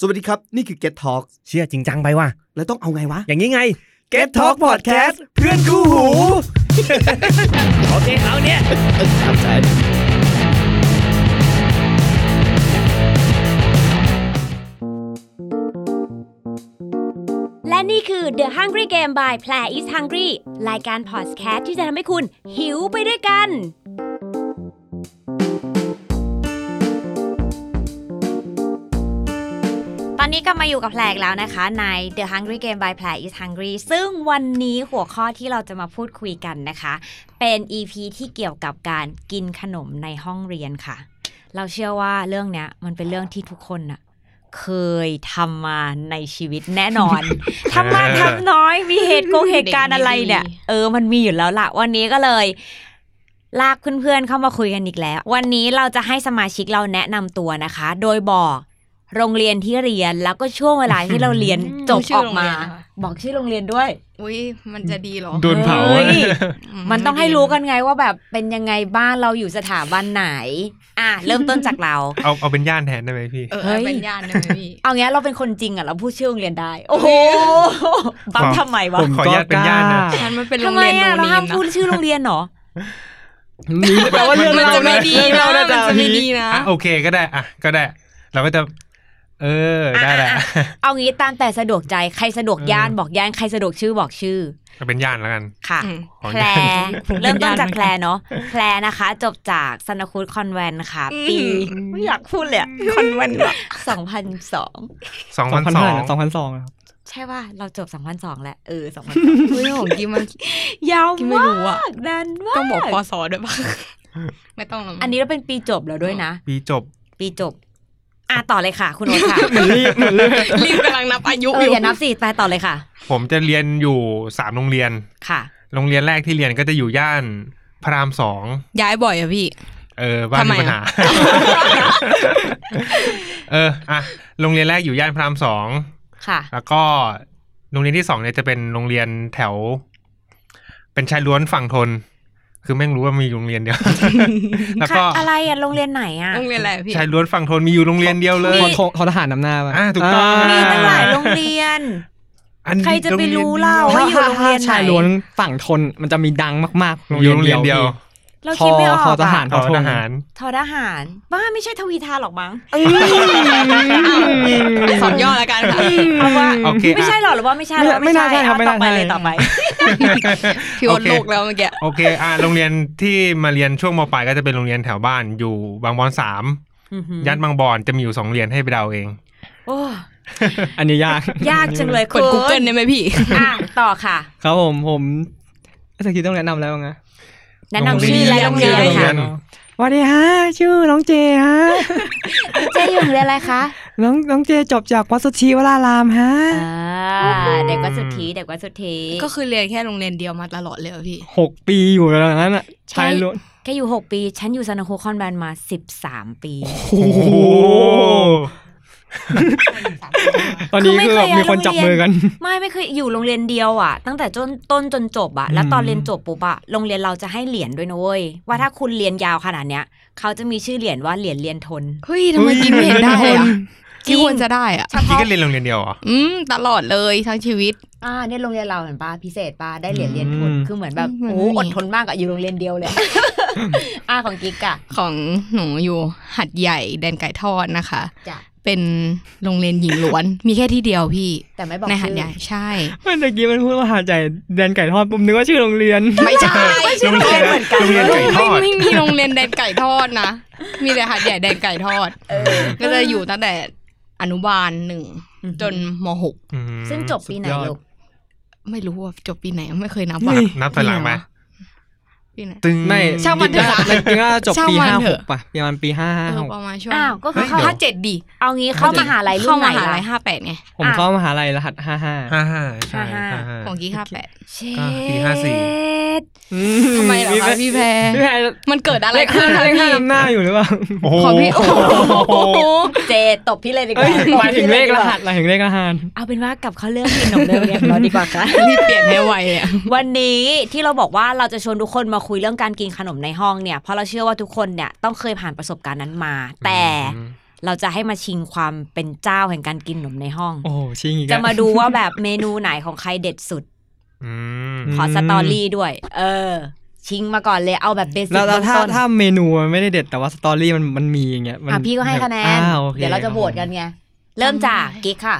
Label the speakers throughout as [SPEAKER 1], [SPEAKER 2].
[SPEAKER 1] สวัสดีครับ นี่คือ Get Talk
[SPEAKER 2] เชื่อจริงจังไปว่ะ
[SPEAKER 1] แล้วต้องเอาไงวะ
[SPEAKER 2] อย่างนี้ไง
[SPEAKER 1] Get Talk Podcast เพื่อนคู่หู
[SPEAKER 2] โอเคเอาเนี่ย
[SPEAKER 3] และนี่คือ The Hungry Game by Play is Hungry รายการพอดแคสต์ที่จะทำให้คุณหิวไปด้วยกัน ตอนนี้ก็มาอยู่กับแพรอีกแล้วนะคะ ใน The Hungry Game by Play is Hungry ซึ่งวันนี้หัวข้อที่เราจะมาพูดคุยกันนะคะ เป็น EP ที่เกี่ยวกับการกินขนมในห้องเรียนค่ะ เราเชื่อว่าเรื่องเนี้ยมันเป็นเรื่องที่ทุกคนน่ะเคยทำมาในชีวิตแน่นอน ทำมากทำน้อยมีเหตุกงเหตุการณ์อะไรเนี่ย เออมันมีอยู่แล้วล่ะ วันนี้ก็เลย ลากเพื่อนๆเข้ามาคุยกันอีกแล้ว วันนี้เราจะให้สมาชิกเราแนะนำตัวนะคะ โดยบอกโรงเรียนที่เรียนแล้วก็ช่วงเวลาที่เรา เรียน
[SPEAKER 4] อืม
[SPEAKER 3] จบ
[SPEAKER 4] ชื่
[SPEAKER 3] อ
[SPEAKER 4] อ
[SPEAKER 3] อก
[SPEAKER 4] โรง
[SPEAKER 3] มา
[SPEAKER 4] เรียนนะคะ
[SPEAKER 3] บอกชื่อโรงเรียนด้วย
[SPEAKER 4] อุ้ยมันจะดีเหรอ
[SPEAKER 5] โดนเผา
[SPEAKER 3] เฮ้
[SPEAKER 5] อะ
[SPEAKER 3] ย
[SPEAKER 4] อื
[SPEAKER 3] มันต้องให้รู้กันไงว่าแบบเป็นยังไงบ้างเราอยู่สถาบันไหน อ่ะ เริ่มต้นจากเรา
[SPEAKER 5] เอาเอาเป็นย่านแทนได้ไหมพี่
[SPEAKER 4] เออ
[SPEAKER 3] เฮ้ย
[SPEAKER 4] เป็นญาตินะพี่
[SPEAKER 3] เอางี้เราเป็นคนจริงอ่ะเราพูดชื่อโรงเรียนได้ โอ้โห บัฟทำไมวะ
[SPEAKER 5] ขออนุญาตเป็นย่านนะ
[SPEAKER 4] มันมันเป็นโร
[SPEAKER 3] ทำ
[SPEAKER 4] ง
[SPEAKER 3] ไม
[SPEAKER 4] เรียน
[SPEAKER 3] อ่ะ
[SPEAKER 4] โน
[SPEAKER 3] เรา
[SPEAKER 4] นี
[SPEAKER 3] ห้าม
[SPEAKER 4] น
[SPEAKER 3] พูด
[SPEAKER 4] นะ
[SPEAKER 3] ชื่อโรงเรียนเหรอ
[SPEAKER 5] แปลว่าเรื่อง
[SPEAKER 4] มัน
[SPEAKER 5] เรา
[SPEAKER 4] จะไม่ดีนะมันจะไม่ดีนะ
[SPEAKER 5] อ่ะโอเคก็ได้อ่ะก็ได้ เราก็จะ เออได้แหละ
[SPEAKER 3] เอางี้ตามแต่สะดวกใจใครสะดวก
[SPEAKER 5] เออ
[SPEAKER 3] ย่านบอกย่านใครสะดวกชื่อบอกชื่อ
[SPEAKER 5] เราเป็นย่านแล้วกัน
[SPEAKER 3] ค่ะ
[SPEAKER 4] อืม
[SPEAKER 5] ของ
[SPEAKER 3] แพร
[SPEAKER 5] ย่าน
[SPEAKER 3] เริ่มต้นจากแพรเนาะแพรนะคะ จบจากซันคูดคอนแวนค่ะปีไม่อยากพูดเลยคอนแวนสองพันสอง
[SPEAKER 5] สองพันสอง
[SPEAKER 6] สองพันสองครับ
[SPEAKER 3] ใช่ว่าเราจบสองพันสองแหละเออสองพัน
[SPEAKER 4] เฮ้ยของกิมมัน
[SPEAKER 3] ยาว
[SPEAKER 4] กินไม่
[SPEAKER 3] มา
[SPEAKER 4] รู้อะ
[SPEAKER 3] กดันมา
[SPEAKER 4] ต้องบอก
[SPEAKER 3] ก
[SPEAKER 4] พศด้วยปะไม่ต้องหรอกมั้ง
[SPEAKER 3] อันนี้เราเป็นปีจบแล้วด้วยนะ
[SPEAKER 5] ปีจบ
[SPEAKER 3] ปีจบอ่ะต่อเลยค่ะ คุณโอ๊ตค่ะ
[SPEAKER 6] รีบเหมือนรีบ
[SPEAKER 4] รีบกำลังนับอายุ
[SPEAKER 3] เอ
[SPEAKER 4] อ
[SPEAKER 3] อยู่ อย่านับสิไปต่อเลยค่ะ
[SPEAKER 5] ผมจะเรียนอยู่สามโรงเรียน
[SPEAKER 3] ค่ะ
[SPEAKER 5] โรงเรียนแรกที่เรียนก็จะอยู่ย่านพระรามสอง
[SPEAKER 4] ย้ายบ่อยอะพี่
[SPEAKER 5] เออบ้าน
[SPEAKER 4] ทำไม
[SPEAKER 5] มีปัญหา เอออ่ะโรงเรียนแรกอยู่ย่านพระรามสอง
[SPEAKER 3] ค่ะ
[SPEAKER 5] แล้วก็โรงเรียนที่สองเนี่ยจะเป็นโรงเรียนแถว เป็นชายล้วนฝั่งทน คือแม่งรู้ว่ามีอยู่โรงเรีย นเดียว แล้วก็
[SPEAKER 3] ค่ะอะไรอ่ะโรงเรียนไหนอ่ะ
[SPEAKER 4] ต้องเรียนอะไรพี่
[SPEAKER 5] ชายล้วนฝั่งทนมีอยู่โรงเรียนเดียวเลย
[SPEAKER 6] ขอขอขอทหารนำหน้าป่ะ
[SPEAKER 5] อ่าถูกต้อง
[SPEAKER 3] มีตั้งหลาย
[SPEAKER 6] อ่
[SPEAKER 3] โรงเรียน
[SPEAKER 5] อันนี้
[SPEAKER 3] ใครจะไปรู้เล่า
[SPEAKER 6] า
[SPEAKER 3] ว่าอยู่โรงเรียนไหน
[SPEAKER 6] ชายล้วนฝั่งทนมันจะมีดังมากๆ
[SPEAKER 5] อยู่โรงเรียนเดียว
[SPEAKER 3] เราคิดไม่ออก
[SPEAKER 6] พอทหา
[SPEAKER 3] อะ
[SPEAKER 5] ท
[SPEAKER 6] ร
[SPEAKER 5] อทหาร
[SPEAKER 3] ทอทหารบ้าไม่ใช่ทวีทาหรอกมั้ง
[SPEAKER 4] สอบย่อแล้วกันค่ะ
[SPEAKER 3] เอาว่า
[SPEAKER 5] โอเค
[SPEAKER 3] ไม่ใช่
[SPEAKER 5] อ่ะ
[SPEAKER 3] หรอกหรือว่าไม่ใช่
[SPEAKER 6] ไม่
[SPEAKER 3] หรอ
[SPEAKER 6] ไม่น่าใช่ครับ
[SPEAKER 3] เอ
[SPEAKER 6] ไม่น่า
[SPEAKER 3] ต่อไป
[SPEAKER 6] ใช่
[SPEAKER 3] เลยต่อไป
[SPEAKER 4] พี่ว
[SPEAKER 5] โอน เค
[SPEAKER 4] โลกแล้วเมื่อกี้
[SPEAKER 5] โอเค อ่ะโรงเรียนที่มาเรียนช่วงมปลายก็จะเป็นโรงเรียนแถวบ้านอยู่บางบอนสาม
[SPEAKER 3] อื้อหือย่
[SPEAKER 5] านบางบอนจะมีอยู่สองเรียนให้ไปเดาเอง
[SPEAKER 3] โอ้
[SPEAKER 6] อันนี้ยาก
[SPEAKER 3] ยากจังเลย
[SPEAKER 4] กด Google ได้ไหมพี่
[SPEAKER 3] อ่ะต่อค่ะ
[SPEAKER 6] ครับผมผมสกิดต้องแนะนำแล้วไง
[SPEAKER 3] แนะนำชื่อและโรงเรียน
[SPEAKER 5] โรงเรี
[SPEAKER 3] ค่ะ
[SPEAKER 5] ยน
[SPEAKER 6] สวัสดีฮะชื่อน้องเจฮะ
[SPEAKER 3] เจ๊อยู่โรงเรียนอะไรคะ
[SPEAKER 6] น้องน้องเจจบจากวัดสุชีวรารามฮะ
[SPEAKER 3] อ่าเด็กวัดสุทธีเด็กวัดสุทธี
[SPEAKER 4] ก็คือเรียนแค่โรงเรียนเดียวมาตลอดเลยอะพี่
[SPEAKER 6] หกปีอยู่แล้วนั้นอ่ะชายล้วน
[SPEAKER 3] แกอยู่ 6 ปี ฉันอยู่ซานาโคคอนแบนมา 13 ปี
[SPEAKER 6] โอ้โหตอนนี้คือแบบมีคนจับมือกัน
[SPEAKER 3] ไม่ไม่เคยอยู่โรงเรียนเดียวอ่ะ ตั้งแต่จนต้นจนจบอ่ะแล้วตอนเรียนจบปุ๊บอ่ะโรงเรียนเราจะให้เหรียญด้วยนะเว้ยว่าถ้าคุณเรียนยาวขนาดเนี้ย เขาจะมีชื่อเหรียญว่าเหรียญเรียนทน
[SPEAKER 4] เฮ้ยทำไมกินไม่เห็นได้อะ
[SPEAKER 3] จริง
[SPEAKER 4] ที่ควรจะได้อะ
[SPEAKER 3] เฉ
[SPEAKER 5] ที่
[SPEAKER 3] พาะ
[SPEAKER 5] ก็เรียนโรงเรียนเดียวเหรอ
[SPEAKER 4] อืมตลอดเลยทั้งชีวิต
[SPEAKER 3] อ่าเนี่ยโรงเรียนเราเห็นปะพิเศษปะได้เหรียญเรียนทน
[SPEAKER 6] อืม
[SPEAKER 3] คือเหมือนแบบ
[SPEAKER 4] อืม
[SPEAKER 3] โอ้อดทนมากอะอยู่โรงเรียนเดียวเลย อ่าของกิ๊กอะ
[SPEAKER 4] ของหนูอยู่หัดใหญ่แดนไก่ทอดนะคะ
[SPEAKER 3] จ้ะ
[SPEAKER 4] เป็นโรงเรียนหญิงล้วน มีแค่ที่เดียวพี่
[SPEAKER 3] แต่ไม่บอก
[SPEAKER 4] ในหัด
[SPEAKER 3] ชื่อ
[SPEAKER 4] ใหญ่ใช่
[SPEAKER 6] มันตะกี้มันพูดว่าหาใจแดนไก่ทอดปุ๊บนึกว่าชื่อโรงเรียน
[SPEAKER 4] ไม่ใช่
[SPEAKER 3] ไม่ใช่โรงเรียนเหมือนกัน
[SPEAKER 5] โรงเรียนไก่ท
[SPEAKER 4] ไม่
[SPEAKER 5] อด
[SPEAKER 4] ไม่มีโรงเรียนแดนไก่ทอดนะ มีแต่หัดใหญ่แดนไก่ทอด
[SPEAKER 3] เออ
[SPEAKER 4] ก็จะอยู่ตั้งแต่อนุบาลหนึ่งจนมหก
[SPEAKER 5] อืม
[SPEAKER 3] ซึ่งจบปีไหน
[SPEAKER 6] สุดยอด
[SPEAKER 3] ลูก
[SPEAKER 4] ไม่รู้ว่าจบปีไหนไม่เคยนับว่ะ
[SPEAKER 5] นับถอยหลังไหม
[SPEAKER 4] ปีไหน
[SPEAKER 5] ตึง
[SPEAKER 6] ไม่
[SPEAKER 4] ช่างมันเถอะ
[SPEAKER 6] จริงๆจริงๆแล้วจบ
[SPEAKER 4] ช่าง
[SPEAKER 6] ปี
[SPEAKER 4] มัน
[SPEAKER 6] ห้า
[SPEAKER 4] เถ
[SPEAKER 6] ห
[SPEAKER 4] อะ
[SPEAKER 6] กป่ะประมาณปีห้า
[SPEAKER 4] เออ
[SPEAKER 6] หก
[SPEAKER 4] ประมาณช่วง
[SPEAKER 3] อ้าวก็คือ
[SPEAKER 5] ฮ้ยดี๋
[SPEAKER 3] เขา
[SPEAKER 4] ห้าว เจ็ดดิ
[SPEAKER 3] เอางี้เข้ามหาลัยรุ่
[SPEAKER 4] เข้าน
[SPEAKER 3] ไหน
[SPEAKER 4] มหา
[SPEAKER 3] ล่ะ
[SPEAKER 4] ลัยห้าแปดไง
[SPEAKER 6] ผมเข้ามหาลัยรหัสห้าห้า
[SPEAKER 5] ห้าห้าใช่
[SPEAKER 3] ห้าห้า
[SPEAKER 5] ห้าห้า
[SPEAKER 4] ของกี้ห้าแปด
[SPEAKER 3] เช
[SPEAKER 5] ก็ปีห้าสี่
[SPEAKER 3] ด
[SPEAKER 4] ทำไมเหรอคะพี่แพร
[SPEAKER 6] พี่แพร
[SPEAKER 4] มันเกิดอะไร
[SPEAKER 6] เลข
[SPEAKER 4] ขึ้
[SPEAKER 6] ห้า
[SPEAKER 4] คะ
[SPEAKER 6] นเลข
[SPEAKER 4] พี่
[SPEAKER 6] ห้านำหน้าอยู่หรือเปล่า
[SPEAKER 5] โอ้โห
[SPEAKER 4] ขอพี่โอ้โห
[SPEAKER 3] เจตบพี่เลยดีก
[SPEAKER 6] เอ้
[SPEAKER 3] ว่าย
[SPEAKER 6] หมายถึงเลขร
[SPEAKER 3] ตบพี่ยดีกว่า
[SPEAKER 6] หัสหมายถึงเลขรหัส
[SPEAKER 3] เอาเป็นว่ากลับเขาเรื่องกินขนมเรื่องเรียนเราดีกว่าค่ะ
[SPEAKER 4] รีบเปลี่ยนให้ไวอ่ะ
[SPEAKER 3] วันนี้ที่เราบอกว่าเราจะชวนทุกคนมาคุยเรื่องการกินขนมในห้องเนี่ยเพราะเราเชื่อว่าทุกคนเนี่ยต้องเคยผ่านประสบการณ์นั้นมา แต่ เราจะให้มาชิงความเป็นเจ้าแห่งการกินขนมในห้อง
[SPEAKER 6] โอ้โหชิงอีก
[SPEAKER 3] จะ
[SPEAKER 6] แล้ว
[SPEAKER 3] มาดูว่าแบบเมนูไหนของใครเด็ดสุ ด
[SPEAKER 5] อืม
[SPEAKER 6] ม
[SPEAKER 3] ขอสตอรี่ด้วย เออ ชิงมาก่อนเลยเอาแบบเบสิก
[SPEAKER 6] แล้วแล้วถ้า
[SPEAKER 3] ต้นๆ
[SPEAKER 6] ถ้าเมนูมันไม่ได้เด็ดแต่ว่าสตอรี่มันมันมีอย่างเงี้ยมัน
[SPEAKER 3] อ่ะพี่ก็ให้คะแนน
[SPEAKER 6] อ้าโอค
[SPEAKER 3] เดี๋ยวเราจะโหวตกันไง เริ่มจากกิ๊กค่ะ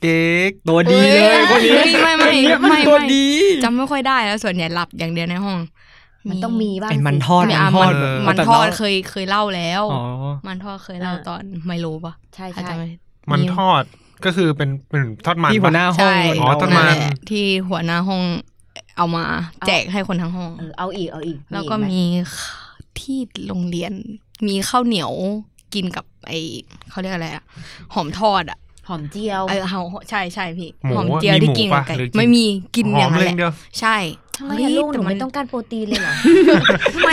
[SPEAKER 5] เก๊ก
[SPEAKER 6] ตัวดีเลยคนนี้
[SPEAKER 4] เอ้ยไม่ไม่
[SPEAKER 6] คนนี้มัน
[SPEAKER 4] ไม่
[SPEAKER 6] ตัว
[SPEAKER 4] ไม่
[SPEAKER 6] ดี
[SPEAKER 4] จำไม่ค่อยได้แล้วส่วนใหญ่หลับอย่างเดียวในห้อง
[SPEAKER 3] มันต้องมีบ้าง
[SPEAKER 6] ไอ้มัน
[SPEAKER 3] สิ
[SPEAKER 6] ทอด
[SPEAKER 4] มี
[SPEAKER 6] มั
[SPEAKER 4] อ่ะ
[SPEAKER 6] นทอด
[SPEAKER 4] มันมัน
[SPEAKER 6] แบบ
[SPEAKER 4] ทอด
[SPEAKER 6] เรา
[SPEAKER 4] เคยเคยเล่าแล้ว
[SPEAKER 6] อ๋อ
[SPEAKER 4] มันทอดเคยเล่าตอนไมโลปะ
[SPEAKER 3] ใช่
[SPEAKER 4] อาจ
[SPEAKER 3] ใช่
[SPEAKER 4] จะไม่
[SPEAKER 5] มันทอดก็คือเป็นเป็นทอดมัน
[SPEAKER 6] ที่หัวห
[SPEAKER 5] ปะ
[SPEAKER 6] น้าห้อง
[SPEAKER 4] ใช่
[SPEAKER 5] อ๋อต้นไม้
[SPEAKER 4] นั่นแหละที่หัวหน้าห้องเอามาแจกให้คนทั้งห้อง
[SPEAKER 3] เออเอาอีกเอาอีก
[SPEAKER 4] แล้วก็
[SPEAKER 3] อีไห
[SPEAKER 4] มีที่โรงเรียน มีข้าวเหนียวกินกับไอเขาเรียกอะไรอะหอมทอดอะ
[SPEAKER 3] หอมเจียว
[SPEAKER 4] เออหอมใช่ใช่พี่
[SPEAKER 5] หมู
[SPEAKER 4] หอมเจียว
[SPEAKER 5] มีห
[SPEAKER 4] ที่
[SPEAKER 5] มู
[SPEAKER 4] กินกับ
[SPEAKER 5] ปะ
[SPEAKER 4] ไก่
[SPEAKER 5] หรือกิน
[SPEAKER 4] ไม่มีกินอย่างนั้
[SPEAKER 5] หม
[SPEAKER 4] นแห
[SPEAKER 5] เล่
[SPEAKER 4] ละ
[SPEAKER 5] งเดียว
[SPEAKER 4] ใช่
[SPEAKER 3] ทำไมอะลูกหนู
[SPEAKER 4] แต่
[SPEAKER 3] ไม่ต้องการโปรตีนเลยเหรอ ทำไม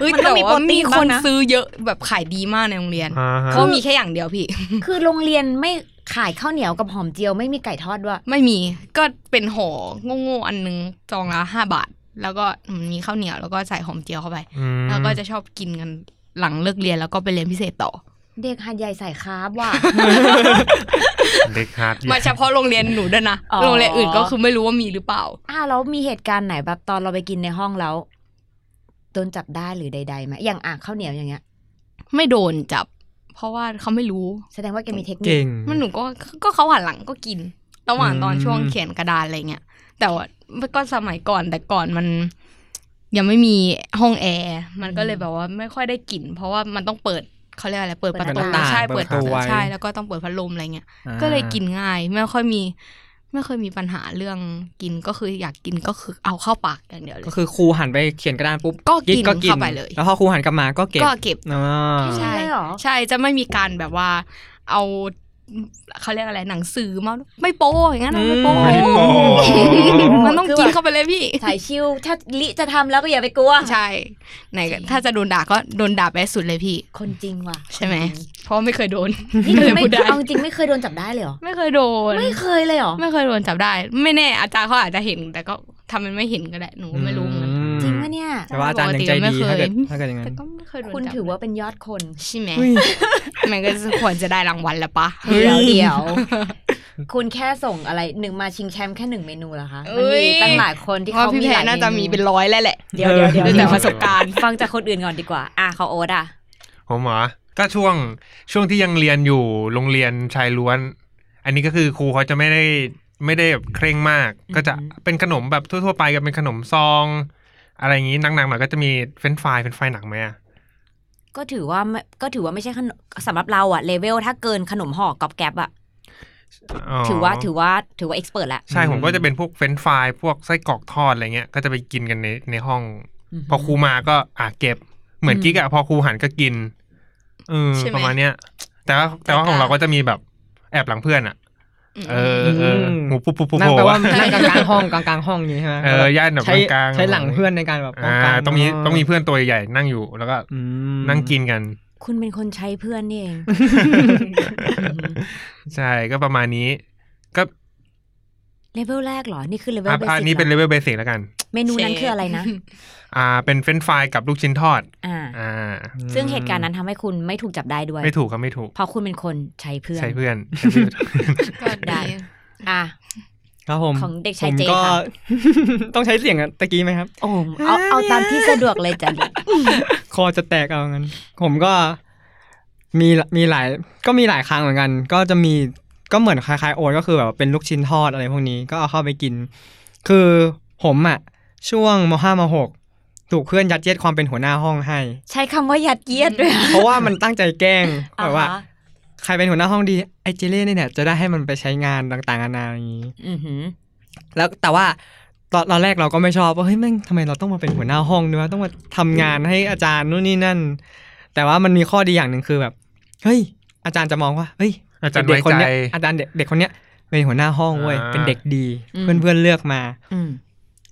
[SPEAKER 4] เอ้ย
[SPEAKER 3] มันต้
[SPEAKER 4] แต่
[SPEAKER 3] องมี
[SPEAKER 4] ว่ามีค
[SPEAKER 3] โปรตีน
[SPEAKER 4] น
[SPEAKER 3] บ้างนะ
[SPEAKER 4] ซื้อเยอะแบบขายดีมากในโรงเรียน
[SPEAKER 5] อ่าฮะ
[SPEAKER 4] เขามีแค่อย่างเดียวพี่
[SPEAKER 3] คือโรงเรียนไม่ขายข้าวเหนียวกับหอมเจียวไม่มีไก่ทอดด้วย
[SPEAKER 4] ไม่มีก็เป็นห่อโง่ๆอันนึงจองละห้าบาท แล้วก็มีข้าวเหนียวแล้วก็ใส่หอมเจียวเข้าไป
[SPEAKER 5] อืม
[SPEAKER 4] แล้วก็จะชอบกินกันหลังเลิกเรียนแล้วก็ไปเรียนพิเศษต่อ
[SPEAKER 3] เด็กหัดใหญ่ใส่คาร์บว่ะ
[SPEAKER 5] เด็กฮาร์ด
[SPEAKER 4] มาเฉพาะโรงเรียนหนูด้วยนะ
[SPEAKER 3] อ๋อ
[SPEAKER 4] โรงเรียนอื่นก็คือไม่รู้ว่ามีหรือเปล่า
[SPEAKER 3] อ้าวแล้วมีเหตุการณ์ไหนแบบตอนเราไปกินในห้องแล้วโดนจับได้หรือใดๆไหมอย่างอ่ะข้าวเหนียวอย่างเงี้ย
[SPEAKER 4] ไม่โดนจับ เพราะว่าเขาไม่รู้
[SPEAKER 3] แสดงว่าแกมีเทคนิค
[SPEAKER 6] เก่ง
[SPEAKER 4] มันหนูก็ก็เขาหันหลังก็กิน ระหว่างตอน
[SPEAKER 6] อืม
[SPEAKER 4] ช่วงเขียนกระดานอะไรเงี้ย แต่ว่าก็สมัยก่อนแต่ก่อนมัน ยังไม่มีห้องแอร์ มันก็เลยแบบว่าไม่ค่อยได้กลิ่น เพราะว่ามันต้องเปิดเขาเรียกอะไร เปิดประตู
[SPEAKER 6] เปิดหน้าต่าง
[SPEAKER 4] ใช่ เปิด
[SPEAKER 6] เปิดประตูไว้
[SPEAKER 4] ใช่ แล้วก็ต้องเปิดพัดลมอะไรเงี้ย ก็เลยกินง่าย ไม่ค่อยมี ไม่เคยมีปัญหาเรื่องกิน ก็คืออยากกินก็คือเอาเข้าปากอย่างเดียวเลย
[SPEAKER 6] ก็คือครูหันไปเขียนกระดานปุ๊บ
[SPEAKER 4] ก็กินเข้าไปเลย
[SPEAKER 6] แล้วพอครูหันกลับมาก็เก็บ
[SPEAKER 4] ก็เก็บ
[SPEAKER 6] อ่า
[SPEAKER 4] ใช่
[SPEAKER 3] เลยเหรอ
[SPEAKER 4] ใช่จะไม่มีการแบบว่า เอาเขาเรียกอะไรหนังสือมาไม่โป้อย่างนั้นอะไม่โป้
[SPEAKER 5] ไม่โป้
[SPEAKER 4] มันต้องกินเข้าไปเลยพี่
[SPEAKER 3] ถ่ายชิวถ้าลิจะทำแล้วก็อย่าไปกลัว
[SPEAKER 4] ใช่ไหนก็ถ้าจะโดนด่าก็โดนด่าไปสุดเลยพี่
[SPEAKER 3] คนจริงว่ะ
[SPEAKER 4] ใช่ไหม เพราะไม่เคยโดน
[SPEAKER 3] นี่คือไม่
[SPEAKER 4] พูดได้
[SPEAKER 3] เอาจริงไม่เคยโดนจับได้เลยเหรอ
[SPEAKER 4] ไม่เคยโดน
[SPEAKER 3] ไม่เคยเลยเหรอ
[SPEAKER 4] ไม่เคยโดนจับได้ ไม่แน่อาจารย์เขาอาจจะเห็น แต่ก็ทำมันไม่เห็นก็ได้หนูก็ไม่รู้เหมือนกัน
[SPEAKER 3] จริงปะเนี่ย
[SPEAKER 6] แต่ว่าอาจารย์ยังใจดี
[SPEAKER 4] ปกติไม่เคย
[SPEAKER 6] ถ้าเกิดถ้าเกิดอย่างนั้
[SPEAKER 4] แต่
[SPEAKER 6] น
[SPEAKER 4] ก็ไม่เคยโดนจับ
[SPEAKER 3] คุณถือว่าเป็นยอดคน
[SPEAKER 4] ใช่ไหม
[SPEAKER 6] อุ้ย
[SPEAKER 4] มันก็ควรจะได้รางวัลแล้วปะ
[SPEAKER 3] เดี๋ยวเดี๋ยว คุณแค่ส่งอะไรหนึ่งมาชิงแชมป์แค่หนึ่งเมนูเหรอคะ มัน
[SPEAKER 4] เอ้
[SPEAKER 3] มี
[SPEAKER 4] ย
[SPEAKER 3] ตั้งหลายคนที่
[SPEAKER 4] ว่า
[SPEAKER 3] เขา
[SPEAKER 4] พี่
[SPEAKER 3] มี
[SPEAKER 4] แพ
[SPEAKER 3] หล
[SPEAKER 4] ร
[SPEAKER 3] ย
[SPEAKER 4] น่าจะมีเป็นร้อยแล้วแหละ
[SPEAKER 3] เดี๋ยวเดี๋ยวเดี๋ยว
[SPEAKER 4] ดูแต่
[SPEAKER 3] เดี๋ยว
[SPEAKER 4] ประสบการณ์
[SPEAKER 3] ฟังจากคนอื่นก่อนดีกว่า อ่ะเขาโอ๊ตอ่ะ
[SPEAKER 5] ผมเหรอก็ช่วงช่วงที่ยังเรียนอยู่โรงเรียนชายล้วน อันนี้ก็คือครูเขาจะไม่ได้ไม่ได้แบบเคร่งมาก ก็จะเป็นขนมแบบทั่วๆไปก็เป็นขนมซอง อะไรอย่างนี้หนักๆหน่อยก็จะมีเฟรนช์ฟรายเฟรนช์ฟรายหนักไหมอะ
[SPEAKER 3] ก็ถือว่าไม่ก็ถือว่าไม่ใช่ขนมสำหรับเราอะเลเวลถ้าเกินขนมห่อกอบแก๊บอะถือว่าถือว่าถือว่าเอ็กซ์เพรสละ
[SPEAKER 5] ใช่ผมก็จะเป็นพวกเฟรนช์ฟรายพวกไส้กรอกทอดอะไรเงี้ยก็จะไปกินกันในในห้อง พอครูมาก็อ่ะเก็บ เหมือนกิ๊กอะพอครูหันก็กินเออ
[SPEAKER 4] ใช่ไหม
[SPEAKER 5] ประมาณเนี้ยแต่ว่าแต่ว่า
[SPEAKER 4] แต่ก็
[SPEAKER 5] ของเราก็จะมีแบบแอบหลังเพื่อนอะเออเออ
[SPEAKER 6] อืม
[SPEAKER 5] หมูปุ๊บปุ๊บปุ๊บ
[SPEAKER 6] นั่งแป
[SPEAKER 5] โผ
[SPEAKER 6] ล
[SPEAKER 5] ล่
[SPEAKER 6] ว่า
[SPEAKER 5] อะ
[SPEAKER 6] นั่งกลางกลางๆห้องกลางกลางๆห้องนี้ใช่ไหม
[SPEAKER 5] เออย่านแบบ
[SPEAKER 6] ใช้
[SPEAKER 5] กลางๆ
[SPEAKER 6] ใช้หลังเพื่อนในการแบบป้อง
[SPEAKER 5] อ่า
[SPEAKER 6] กัน
[SPEAKER 5] ต้องมีต้องมีเพื่อนตัวใหญ่ๆนั่งอยู่แล้วก็
[SPEAKER 6] อืม
[SPEAKER 5] นั่งกิน กัน
[SPEAKER 3] คุณเป็นคนใช้เพื่อนนี่เอง
[SPEAKER 5] ใช่ก็ประมาณนี้ก็
[SPEAKER 3] เลเวลแรกเหรอ นี่คือเลเวล
[SPEAKER 5] อ่ะ
[SPEAKER 3] เบ
[SPEAKER 5] อันนี้
[SPEAKER 3] สิก
[SPEAKER 5] เป็นเลเวลเบสิกแล้วกัน
[SPEAKER 3] เมนูนั้นคืออะไร นะ
[SPEAKER 5] อ่า เป็นเฟรนช์ฟรายกับลูกชิ้นทอด
[SPEAKER 3] อ่า
[SPEAKER 5] อ่า
[SPEAKER 3] ซึ่งเหตุการณ์นั้นทำให้คุณไม่ถูกจับได้ด้วย
[SPEAKER 5] ไม่ถูกครับไม่ถูก
[SPEAKER 3] เพราะคุณเป็นคนใช้เพื่อน
[SPEAKER 5] ใช่เพื่อนใช่เพื่อน
[SPEAKER 4] ก็ได้
[SPEAKER 3] อ่ะ
[SPEAKER 6] ครับผม
[SPEAKER 3] ของเด็กชาย
[SPEAKER 6] ผม
[SPEAKER 3] เจ
[SPEAKER 6] ก็
[SPEAKER 3] ค่ะ
[SPEAKER 6] ต้องใช้เสียงอะตะกี้ไหมครับ
[SPEAKER 3] โอ้มเอาเอาตามที่สะดวกเลยจ้ะ
[SPEAKER 6] คอจะแตกเอางั้น ผมก็มีมีหลายก็มีหลายครั้งเหมือนกัน ก็จะมีก็เหมือนคล้ายๆโอ๊ตก็คือแบบเป็นลูกชิ้นทอดอะไรพวกนี้ก็เอาเข้าไปกิน คือผมอะช่วงมห้ามหกถูกเพื่อนยัดเยียดความเป็นหัวหน้าห้องให้
[SPEAKER 3] ใช้คำว่ายัดเยียดด้วย
[SPEAKER 6] เพราะว่ามันตั้งใจแกล้งแบบว่า
[SPEAKER 3] อ่ฮะ
[SPEAKER 6] ใครเป็นหัวหน้าห้องดีไอเจเล่เนี่ยเนี่ยจะได้ให้มันไปใช้งานต่างๆนานาอย่างนี้
[SPEAKER 3] อือหือ
[SPEAKER 6] แล้วแต่ว่าตอนตอนแรกเราก็ไม่ชอบว่าเฮ้ยแม่งทำไมเราต้องมาเป็นหัวหน้าห้องด้วยวะต้องมาทำงานให้อาจารย์นู่นนี่นั่น แต่ว่ามันมีข้อดีอย่างหนึ่งคือแบบเฮ้ยอาจารย์จะมองว่าเฮ้ย
[SPEAKER 5] อาจารย์
[SPEAKER 6] เด็กคนเนี้ย
[SPEAKER 5] ไว้ใจ
[SPEAKER 6] อาจารย์เด็กเด็กคนเนี้ยเป็นหัวหน้าห้องเว้ย
[SPEAKER 5] อ่า
[SPEAKER 6] เป็นเด็กดี
[SPEAKER 3] อืม
[SPEAKER 6] เพื่อนเพื่อนๆเลือกมา
[SPEAKER 3] อืม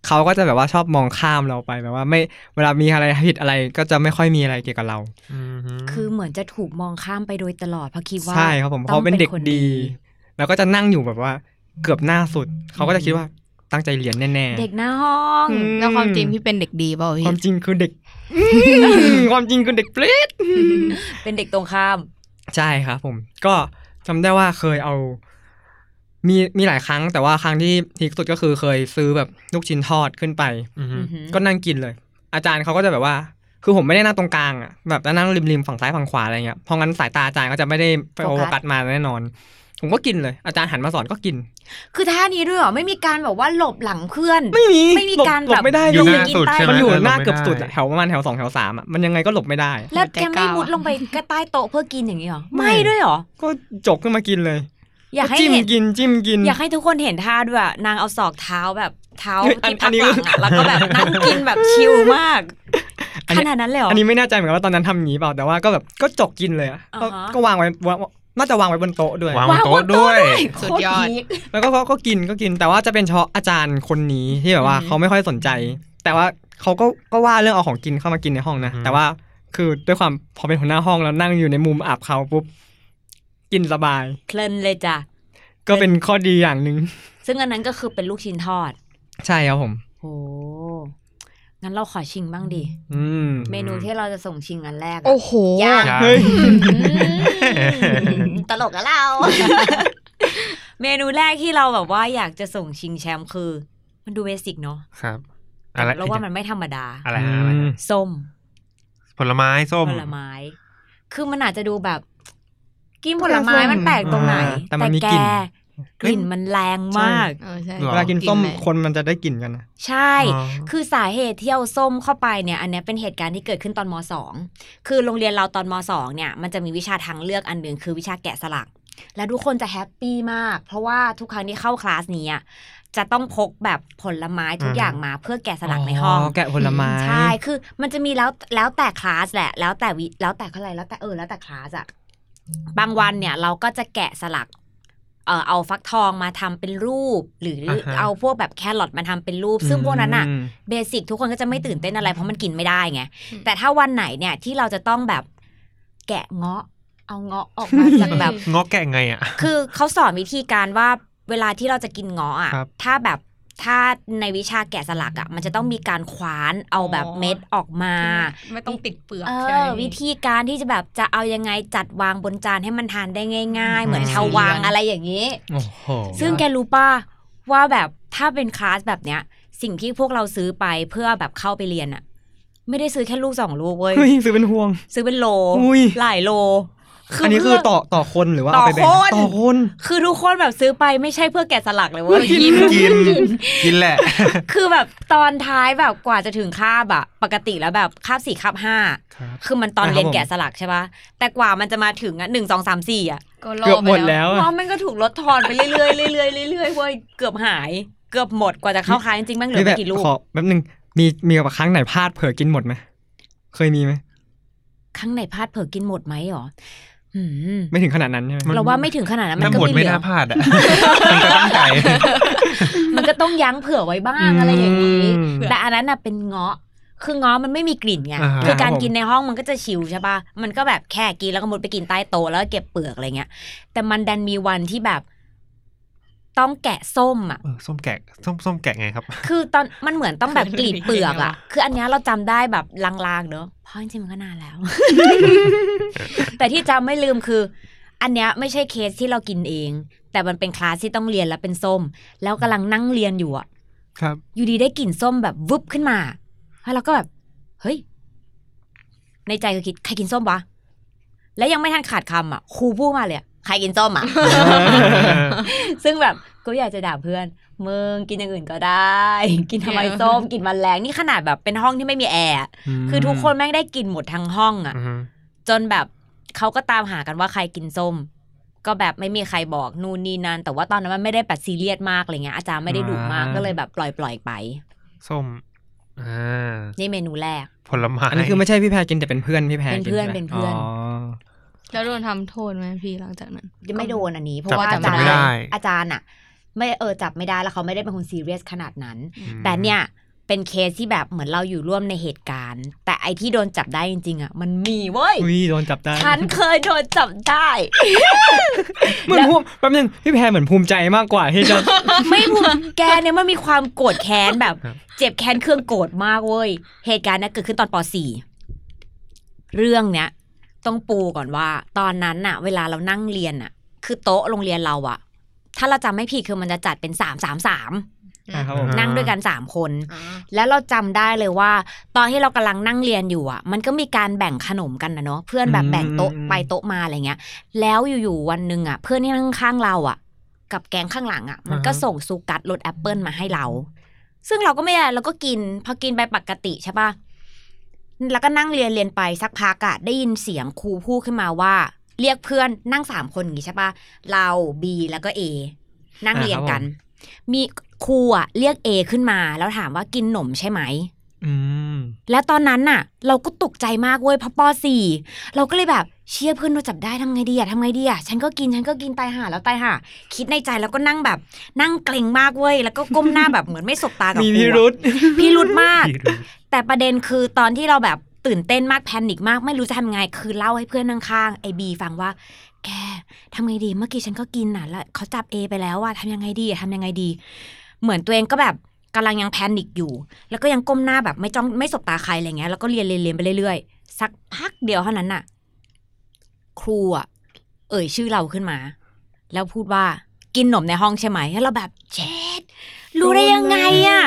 [SPEAKER 6] เขาก็จะแบบว่าชอบมองข้ามเราไปแบบว่าไม่เวลามีอะไรผิดอะไรก็จะไม่ค่อยมีอะไรเกี่ยวกับเรา
[SPEAKER 5] อืมฮึ
[SPEAKER 3] คือเหมือนจะถูกมองข้ามไปโดยตลอดเพราะคิดว่า
[SPEAKER 6] ใช่ครับผมเพราะเป็นเด็กดี แล้วก็จะนั่งอยู่แบบว่าเกือบหน้าสุดเขาก็จะคิดว่าตั้งใจเรียนแน่ๆ
[SPEAKER 3] เด็กหน้าห้อง
[SPEAKER 6] อืม
[SPEAKER 4] แล้วความจริงพี่เป็นเด็กดีเปล่า
[SPEAKER 6] ค
[SPEAKER 4] พี่
[SPEAKER 6] วามจริงคือเด็ก ความจริงคือเด็กเปรต
[SPEAKER 3] เป็นเด็กตรงข้าม
[SPEAKER 6] ใช่ครับผม ก็จำได้ว่าเคยเอา มีมีหลายครั้ง แต่ว่าครั้งที่พีคสุดก็คือเคยซื้อแบบลูกชิ้นทอดขึ้นไป
[SPEAKER 5] อือฮึ
[SPEAKER 6] ก็นั่งกินเลย อาจารย์เขาก็จะแบบว่า คือผมไม่ได้นั่งตรงกลางอ่ะแบบนั่งริมๆฝั่งซ้ายฝั่งขวาอะไรเงี้ยเพราะงั้นสายตาอาจารย์ก็จะไม่ได้ไป
[SPEAKER 3] โฟกัส
[SPEAKER 6] โฟกัสมาแน่นอน ผมก็กินเลย อาจารย์หันมาสอนก็กิน
[SPEAKER 3] คือท่านี้ด้วยเหรอ ไม่มีการแบบว่าหลบหลังเพื่อน
[SPEAKER 6] ไม่มี
[SPEAKER 3] ไม่มี
[SPEAKER 6] หลบ
[SPEAKER 3] การ
[SPEAKER 6] หล
[SPEAKER 3] แบบ
[SPEAKER 6] บไม่ได้
[SPEAKER 5] อยู่
[SPEAKER 6] พี่
[SPEAKER 5] หน้าสุดใช่ไหม
[SPEAKER 6] มันอยู่หน้า
[SPEAKER 5] ลไม่
[SPEAKER 6] เกือบสุดอะ
[SPEAKER 5] ไ
[SPEAKER 6] แถวประมาณแถวสองแถวสามอะมันยังไงก็หลบไม่ได้
[SPEAKER 3] แล้วแกไม่มุด ลงไปกใต้โต๊ะเพื่อกินอย่างนี้เหรอ ไม่ด้วยเหรอ
[SPEAKER 6] ก็จกขึ้นมากินเลย
[SPEAKER 3] อยากให้
[SPEAKER 6] จิ้ม
[SPEAKER 3] เห็น
[SPEAKER 6] กินจิ้มกิน
[SPEAKER 3] อยากให้ทุกคนเห็นท่าด้วยอะนางเอาศอกเท้าแบบเท้า
[SPEAKER 6] เฮ้ยอัน
[SPEAKER 3] ที่พั
[SPEAKER 6] อั
[SPEAKER 3] ก
[SPEAKER 6] น
[SPEAKER 3] ห
[SPEAKER 6] นี้
[SPEAKER 3] ลังอะแล้วก็ แบบนั่งกินแบบชิลมาก ขนาดนั้นเลยเหรอ
[SPEAKER 6] อันนี้ไม่แน่ใจเหมือนกันว่าตอนนั้นทำอย่างนี้เปล่าแต่ว่าก็แบบก็จกกินเลยอะก็
[SPEAKER 3] อ่าฮะ
[SPEAKER 6] ก็วางไว้วางน่าจะวางไว้บนโต๊ะด้วย
[SPEAKER 5] วางบนโต๊ะด้วย
[SPEAKER 4] สุดยอด
[SPEAKER 3] โคตรพีค
[SPEAKER 6] แล้วก็ก็ก็กินก็กินแต่ว่าจะเป็นเฉพาะอาจารย์คนนี้ที่แบบว่า
[SPEAKER 3] อืม
[SPEAKER 6] เขาไม่ค่อยสนใจ แต่ว่าเขาก็ก็ว่าเรื่องเอาของกินเข้ามากินในห้องนะ
[SPEAKER 5] อืม
[SPEAKER 6] แต่ว่าคือด้วยความพอเป็นหัวหน้าห้องแล้วนั่งอยู่ในมุมอับเขาปุ๊บกินสบาย
[SPEAKER 3] เพลินเลยจ้ะ
[SPEAKER 6] ก็เป็นข้อดีอย่างหนึ่ง
[SPEAKER 3] ซึ่งอันนั้นก็คือเป็นลูกชิ้นทอด
[SPEAKER 6] ใช่ครับผม
[SPEAKER 3] โอ้งั้นเราขอชิงบ้างดิ
[SPEAKER 6] อืม
[SPEAKER 3] เมนูที่เราจะส่งชิงอันแรกอะ
[SPEAKER 4] โอ้โห
[SPEAKER 3] ย่าง
[SPEAKER 5] อย่าง
[SPEAKER 6] เฮ้ย
[SPEAKER 3] ตลกกับเรา เมนูแรกที่เราแบบว่าอยากจะส่งชิงแชมป์คือ มันดูเบสิกเนาะ
[SPEAKER 5] ครับ
[SPEAKER 3] แต่
[SPEAKER 5] อะไร
[SPEAKER 3] เราว่ามันไม่ธรรมดา
[SPEAKER 5] อะไรฮะอะไรฮะ
[SPEAKER 3] ส้ม
[SPEAKER 5] ผลไม้ส้ม
[SPEAKER 3] ผลไม้ คือมันอาจจะดูแบบ กินผลไม้มันแปลกตรงไหน
[SPEAKER 6] แต่มันมี
[SPEAKER 3] แก
[SPEAKER 6] ก
[SPEAKER 3] ก
[SPEAKER 6] ลิ่น
[SPEAKER 3] ลิ่นมันแรงมาก
[SPEAKER 4] เออใช่
[SPEAKER 5] หรอ
[SPEAKER 6] เวลากินส้ม
[SPEAKER 4] กินไหม
[SPEAKER 6] คนมันจะได้กลิ่นกันนะ
[SPEAKER 3] ใช่
[SPEAKER 5] อ๋อ
[SPEAKER 3] คือสาเหตุที่เอาส้มเข้าไปเนี่ยอันเนี้ยเป็นเหตุการณ์ที่เกิดขึ้นตอนมสองคือโรงเรียนเราตอนมสองเนี่ยมันจะมีวิชาทางเลือกอันหนึ่งคือวิชาแกะสลัก และทุกคนจะแฮปปี้มาก เพราะว่าทุกครั้งที่เข้าคลาสนี้อะจะต้องพกแบบผลไม้ทุกอย่างมาเพื่อแกะสลักในห้อง
[SPEAKER 6] แกะผลไม้
[SPEAKER 3] ใช่ คือมันจะมีแล้วแล้วแต่คลาสแหละ แล้วแต่วิแล้วแต่เขาอะไรแล้วแต่เออแล้วแต่คลาสอะบางวันเนี่ยเราก็จะแกะสลัก เออเอาฟักทองมาทำเป็นรูป หรืออา
[SPEAKER 5] ฮะ
[SPEAKER 3] เอาพวกแบบแครอทมาทำเป็นรูป ซึ่งพวกนั้นอะเบสิกทุกคนก็จะไม่ตื่นเต้นอะไรเพราะมันกินไม่ได้ไง
[SPEAKER 4] อืม
[SPEAKER 3] แต่ถ้าวันไหนเนี่ยที่เราจะต้องแบบแกะเงาะ เอาเงาะออกมาจากแบบ
[SPEAKER 5] งอแกะไงอ่ะ
[SPEAKER 3] คือเขาสอนวิธีการว่าเวลาที่เราจะกินเงาะอ่ะ
[SPEAKER 5] ครับ
[SPEAKER 3] ถ้าแบบถ้าในวิชาแกะสลักอ่ะ มันจะต้องมีการคว้านเอาแบบ
[SPEAKER 4] อ๋อ
[SPEAKER 3] เม็ดออกมา
[SPEAKER 4] ไม่ต้องติดเปลือก
[SPEAKER 3] เอ
[SPEAKER 4] ใช่ไหม
[SPEAKER 3] อวิธีการที่จะแบบจะเอายังไงจัดวางบนจานให้มันทานได้ง่าย ๆ เหมือน
[SPEAKER 6] อืม
[SPEAKER 3] ชาววังอะไรอย่างนี้
[SPEAKER 6] โอ้โห
[SPEAKER 3] ซึ่งแกรู้ป่ะว่าแบบถ้าเป็นคลาสแบบเนี้ย สิ่งที่พวกเราซื้อไปเพื่อแบบเข้าไปเรียนอ่ะ ไม่ได้ซื้อแค่ลูกสองลูกเว้ย
[SPEAKER 6] เฮ้ยซื้อเป็นห่วง
[SPEAKER 3] ซื้อเป็นโล
[SPEAKER 6] อุ้ย
[SPEAKER 3] หลายโล
[SPEAKER 6] อันนี้คือต่อต่อคนหรือว่าเอาไปแบ่ง
[SPEAKER 3] ต่อคน
[SPEAKER 6] ต่อคน
[SPEAKER 3] คือทุกคนแบบซื้อไปไม่ใช่เพื่อแกะสลักเลยเว้ย
[SPEAKER 5] กินกินกินแหละ
[SPEAKER 3] คือแบบตอนท้ายแบบกว่าจะถึงคาบอะปกติแล้วแบบคาบสี่คาบห้า
[SPEAKER 5] ครับ
[SPEAKER 3] คือมันตอน
[SPEAKER 6] ครับ
[SPEAKER 3] เรียน
[SPEAKER 6] ผม
[SPEAKER 3] แกะสลักใช่ปะแต่กว่ามันจะมาถึงอะหนึ่งสองสามสี่อะ
[SPEAKER 4] ก็ร
[SPEAKER 6] เกือบ
[SPEAKER 4] ไป
[SPEAKER 6] หมดแล้ว
[SPEAKER 3] น้อ
[SPEAKER 6] อะ
[SPEAKER 3] งมันก็ถูกลดทอนไปเรื่อยๆเรื่อยๆเรื่อยๆเรื่อยๆเว้ยเกือบหาย เกือบหมดกว่าจะเข้าคลาสจริงๆบ้างเหลือ
[SPEAKER 6] แบ
[SPEAKER 3] ไม่
[SPEAKER 6] บ
[SPEAKER 3] กี่ลูก
[SPEAKER 6] ขอแป๊บนึงมีมีกับครั้งไหนพลาดเผลอกินหมดไหมเคยมีไหม
[SPEAKER 3] ครั้งไหนพลาดเผลอกินหมดไหมหรอหืม
[SPEAKER 6] ไม่ถึงขนาดนั้นใช่ไหม
[SPEAKER 3] เราว่าไม่ถึงขนาดนั้นมั
[SPEAKER 5] ถ้าน ห
[SPEAKER 3] ก็
[SPEAKER 5] มด
[SPEAKER 3] ไม่
[SPEAKER 5] ไม่
[SPEAKER 3] เหลื
[SPEAKER 5] น่า
[SPEAKER 3] อ
[SPEAKER 5] พลา ดอ่ะ มันก็ตั้งใจ
[SPEAKER 3] มันก็ต้องยั้งเผื่อไว้บ้างอะไรอย่างนี้
[SPEAKER 6] นี้
[SPEAKER 3] แต่อันนั้นน่ะเป็นเงาะ คือเงาะมันไม่มีกลิ่นไง
[SPEAKER 5] อ่าฮะ
[SPEAKER 3] คือการ
[SPEAKER 6] ครับผม
[SPEAKER 3] กินในห้องมันก็จะชิวใช่ปะมันก็แบบแค่กินแล้วก็มุดไปกินใต้โต๊ะแล้วก็เก็บเปลือกอะไรเงี้ย แต่มันดันมีวันที่แบบ ต้องแกะส้มอ่ะ
[SPEAKER 5] เออส้มแกะส้มส้มแกะไง ครับ
[SPEAKER 3] คือตอนมันเหมือนต้องแบบกรีดเปลือก
[SPEAKER 4] เห็นแล้
[SPEAKER 3] อ่ะ
[SPEAKER 4] ว
[SPEAKER 3] คืออันเนี้ยเราจำได้แบบลางๆเนอะเพราะจริงๆมันก็นานแล้ว แต่ที่จำไม่ลืมคือ อันเนี้ยไม่ใช่เคสที่เรากินเอง แต่มันเป็นคลาสที่ต้องเรียนแล้วเป็นส้ม แล้วกำลังนั่งเรียนอยู่อ่ะ
[SPEAKER 5] ครับ
[SPEAKER 3] อยู่ดีได้กลิ่นส้มแบบวึบขึ้นมาแล้วเราก็แบบ เฮ้ย ในใจก็คิด ใครกินส้มวะ แล้วยังไม่ทันขาดคำอ่ะ ครูพูดมาเลยอะใครกินส้มอ่ะ ซึ่งแบบก็อยากจะด่าเพื่อน มึงกินอย่างอื่นก็ได้ กินทำไมส้ม กินมันแรงนี่ขนาดแบบเป็นห้องที่ไม่มีแอร์อะคือทุกคนแม่งได้กลินหมดทั้งห้องอ่ะ
[SPEAKER 5] อือฮึ
[SPEAKER 3] จนแบบเขาก็ตามหากันว่าใครกินส้ม ก็แบบไม่มีใครบอกนู่นนี่นั่นแต่ว่าตอนนั้นมันไม่ได้แบบซีเรียสมากอะไรเงี้ยอาจารย์ไม่ได้ดุมาก
[SPEAKER 5] อ่า
[SPEAKER 3] ก็เลยแบบปล่อยปล่อยๆไป
[SPEAKER 5] ส้มอ่า
[SPEAKER 3] นี่เมนูแรก
[SPEAKER 5] ผลไม้
[SPEAKER 6] อันนี้คือไม่ใช่พี่แพรกินแต่เป็นเพื่อนพี่แพรกิ
[SPEAKER 3] เป็นเพื่อน
[SPEAKER 6] ใช่ไหม
[SPEAKER 3] เป็นเพื่อน
[SPEAKER 6] อ๋อ
[SPEAKER 4] แล้วโดนทำโทษไหมพี่หลังจากนั้น
[SPEAKER 3] ยังไม่โดนอันนี้ เพราะ
[SPEAKER 5] จับจับ
[SPEAKER 3] ว่าอาจาร
[SPEAKER 5] ไม่
[SPEAKER 3] ย์
[SPEAKER 5] ได้
[SPEAKER 3] อาจารย์อะไม่เออจับไม่ได้แล้วเขาไม่ได้เป็นคนซีเรียสขนาดนั้น
[SPEAKER 5] อืม
[SPEAKER 3] แต่เนี่ยเป็นเคสที่แบบเหมือนเราอยู่ร่วมในเหตุการณ์ แต่ไอที่โดนจับได้จริงๆอะมันมีเว้ย
[SPEAKER 6] อุ้ยโดนจับได้
[SPEAKER 3] ฉันเคยโดนจับได้
[SPEAKER 6] เหมือนภูมิแป๊บนึงพี่แพรเหมือนภูมิใจมากกว่าที่จะ
[SPEAKER 3] ไม่ภูมิแกเนี่ยมันมีความโกรธแค้นแบบ
[SPEAKER 5] ครับ
[SPEAKER 3] เจ็บแค้นเครื่องโกรธมากเว้ย เหตุการณ์เนี้ยเกิดขึ้นตอนป .4 เรื่องเนี้ย ต้องปูก่อนว่า ตอนนั้นน่ะ เวลาเรานั่งเรียนน่ะ คือโต๊ะโรงเรียนเราอะถ้าเราจำไม่ผิดคือมันจะจัดเป็นสามสามสาม
[SPEAKER 6] ใช่ครับผม
[SPEAKER 3] นั่งด้วยกันสามคน
[SPEAKER 4] อ่า
[SPEAKER 3] แล้วเราจำได้เลยว่า ตอนที่เรากำลังนั่งเรียนอยู่อ่ะ มันก็มีการแบ่งขนมกันนะเนาะเพื่อนแบบ
[SPEAKER 6] อืม
[SPEAKER 3] แบ่งโต๊ะ
[SPEAKER 6] อืม
[SPEAKER 3] ไปโต๊ะมาอะไรเงี้ย แล้วอยู่ๆวันหนึ่งอ่ะ เพื่อนที่นั่งข้างเราอ่ะ กับแกงข้างหลังอ่ะ มันก็
[SPEAKER 5] อ่าฮะ
[SPEAKER 3] ส่งซูกัดรสแอปเปิลมาให้เรา ซึ่งเราก็ไม่ได้เราก็กิน พอกินไปปกติใช่ปะแล้วก็นั่งเรียนเรียนไปสักพักอะได้ยินเสียงครูพูดขึ้นมาว่า เรียกเพื่อนนั่งสามคนอย่างงี้ใช่ปะเราบีแล้วก็เอนั่งเรียนกัน
[SPEAKER 6] อ่าครับ
[SPEAKER 3] มีครูอะเรียกเอขึ้นมา แล้วถามว่ากินหนมใช่ไหม
[SPEAKER 6] อืม
[SPEAKER 3] แล้วตอนนั้นน่ะ เราก็ตกใจมากเว้ยเพอปสี่เราก็เลยแบบเชียเพื่อนโดนจับได้ทำไงดีอะทำไงดีอะฉันก็กินฉันก็กินตายห่าแล้วตายห่าคิดในใจแล้วก็นั่งแบบ นั่งเกรงมากเว้ยแล้วก็ก้มหน้าแบบเหมือนไม่สบตากับ
[SPEAKER 6] มี
[SPEAKER 3] ครู
[SPEAKER 6] พิ
[SPEAKER 3] อะ
[SPEAKER 6] รุษ
[SPEAKER 3] พี่รุดมาก
[SPEAKER 5] พี่รุธ
[SPEAKER 3] แต่ประเด็นคือตอนที่เราแบบตื่นเต้นมากแพนิคมากไม่รู้จะทำไง คือเล่าให้เพื่อนข้างๆไอบีฟังว่า แกทำไงดีเมื่อกี้ฉันก็กินน่ะแล้วเขาจับเอไปแล้วว่าทำยังไงดีอะทำยังไงดี เหมือนตัวเองก็แบบกำลังยังแพนิคอยู่ แล้วก็ยังก้มหน้าแบบไม่จ้องไม่สบตาใครอะไรเงี้ยแล้วก็เรียนเรียนเรียนไปเรื่อยๆสักพักเดียวเท่านั้นน่ะ ครูอ่ะ เอ่ยชื่อเราขึ้นมา แล้วพูดว่ากินหนมในห้องใช่ไหมแล้วเราแบบเจ็ดรู้ได้ยังไงอ่ะ